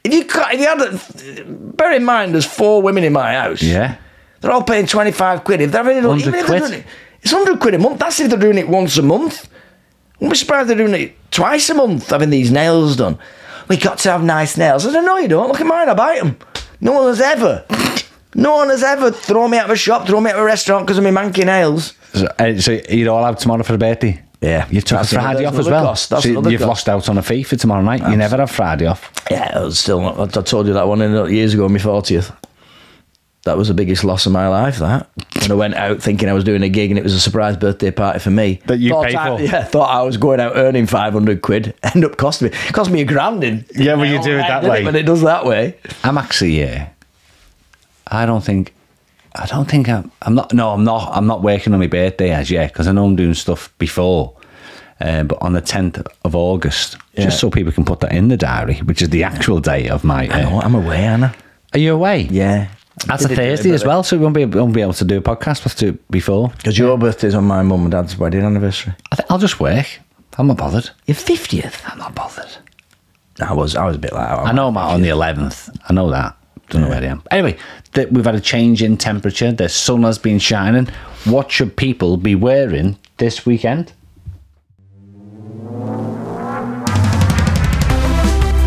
[SPEAKER 2] if you cut, if you had, a, bear in mind, there's four women in my house.
[SPEAKER 1] Yeah.
[SPEAKER 2] they're all paying twenty-five quid. If they're having it,
[SPEAKER 1] 100
[SPEAKER 2] even if they're
[SPEAKER 1] quid.
[SPEAKER 2] doing it, it's hundred quid a month. That's if they're doing it once a month. I'm surprised they're doing it twice a month, having these nails done. We got to have nice nails. I said, no, you don't. Look at mine, I bite them. No one has ever, no one has ever thrown me out of a shop, thrown me out of a restaurant because of my manky nails.
[SPEAKER 1] So, uh, so you're all out tomorrow for the birthday?
[SPEAKER 2] Yeah.
[SPEAKER 1] You've took
[SPEAKER 2] That's
[SPEAKER 1] Friday
[SPEAKER 2] another-
[SPEAKER 1] off
[SPEAKER 2] that's
[SPEAKER 1] as well.
[SPEAKER 2] another cost, that's
[SPEAKER 1] So
[SPEAKER 2] another
[SPEAKER 1] you've
[SPEAKER 2] cost.
[SPEAKER 1] lost out on a fee for tomorrow night. You never have Friday off.
[SPEAKER 2] Yeah, I was still not, I told you that one in- years ago on my 40th. That was the biggest loss of my life, that. When I went out thinking I was doing a gig and it was a surprise birthday party for me.
[SPEAKER 1] That you
[SPEAKER 2] Thought
[SPEAKER 1] paid
[SPEAKER 2] I-
[SPEAKER 1] for.
[SPEAKER 2] Yeah, thought I was going out earning 500 quid. End up costing me, cost me a grand in.
[SPEAKER 1] Yeah, when you do it that
[SPEAKER 2] Did
[SPEAKER 1] way.
[SPEAKER 2] When it does that way.
[SPEAKER 1] I'm actually yeah. I don't think. I don't think I'm. I'm not. No, I'm not. I'm not working on my birthday as yet because I know I'm doing stuff before. Um, but on the 10th of August,
[SPEAKER 2] Yeah.
[SPEAKER 1] just so people can put that in the diary, which is the actual day of my.
[SPEAKER 2] I know,
[SPEAKER 1] Uh,
[SPEAKER 2] I'm away, Anna.
[SPEAKER 1] are you away?
[SPEAKER 2] Yeah.
[SPEAKER 1] That's a Thursday as well, so we won't be, won't be able to do a podcast with two before.
[SPEAKER 2] Because your birthday's on my mum and dad's wedding anniversary.
[SPEAKER 1] I think I'll just work. I'm not bothered.
[SPEAKER 2] Your 50th?
[SPEAKER 1] I'm not bothered.
[SPEAKER 2] I was, I was a bit like,
[SPEAKER 1] I know I'm out on the 11th. I know that. Don't know where I am. Anyway, that we've had a change in temperature. The sun has been shining. What should people be wearing this weekend?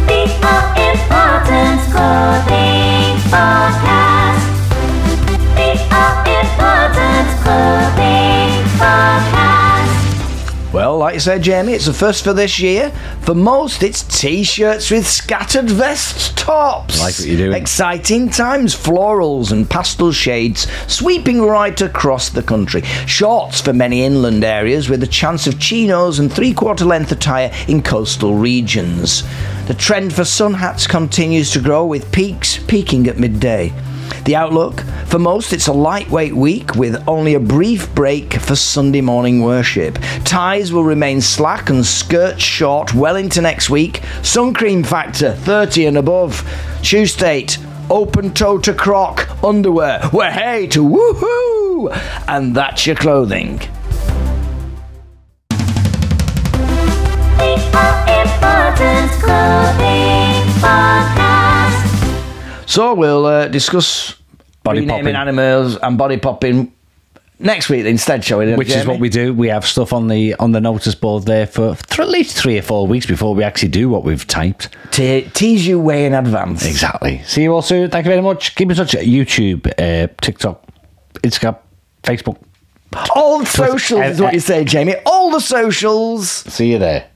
[SPEAKER 7] The All Important Clothing Podcast. The All Important Clothing Podcast.
[SPEAKER 2] Well, like you said, Jamie, it's the first for this year. For most, it's t-shirts with scattered vests tops.
[SPEAKER 1] I like what you're doing.
[SPEAKER 2] Exciting times, florals and pastel shades sweeping right across the country. Shorts for many inland areas with a chance of chinos and three-quarter length attire in coastal regions. The trend for sun hats continues to grow with peaks peaking at midday. The outlook for most, it's a lightweight week with only a brief break for Sunday morning worship. Ties will remain slack and skirts short well into next week. Sun cream factor 30 and above. Shoe state open toe to croc underwear. We're hey to woohoo! And that's your clothing.
[SPEAKER 7] The All Important Clothing Podcast.
[SPEAKER 2] So we'll uh, discuss
[SPEAKER 1] Body
[SPEAKER 2] renaming
[SPEAKER 1] popping.
[SPEAKER 2] animals and body popping next week instead, shall we? then,
[SPEAKER 1] Which is
[SPEAKER 2] Jamie?
[SPEAKER 1] what we do. We have stuff on the on the notice board there for, for at least three or four weeks before we actually do what we've typed.
[SPEAKER 2] Te- tease you way in advance.
[SPEAKER 1] Exactly. See you all soon. Thank you very much. Keep in touch. YouTube, uh, TikTok, Instagram, Facebook.
[SPEAKER 2] All the socials is what you say, Jamie. All the socials.
[SPEAKER 1] See you there.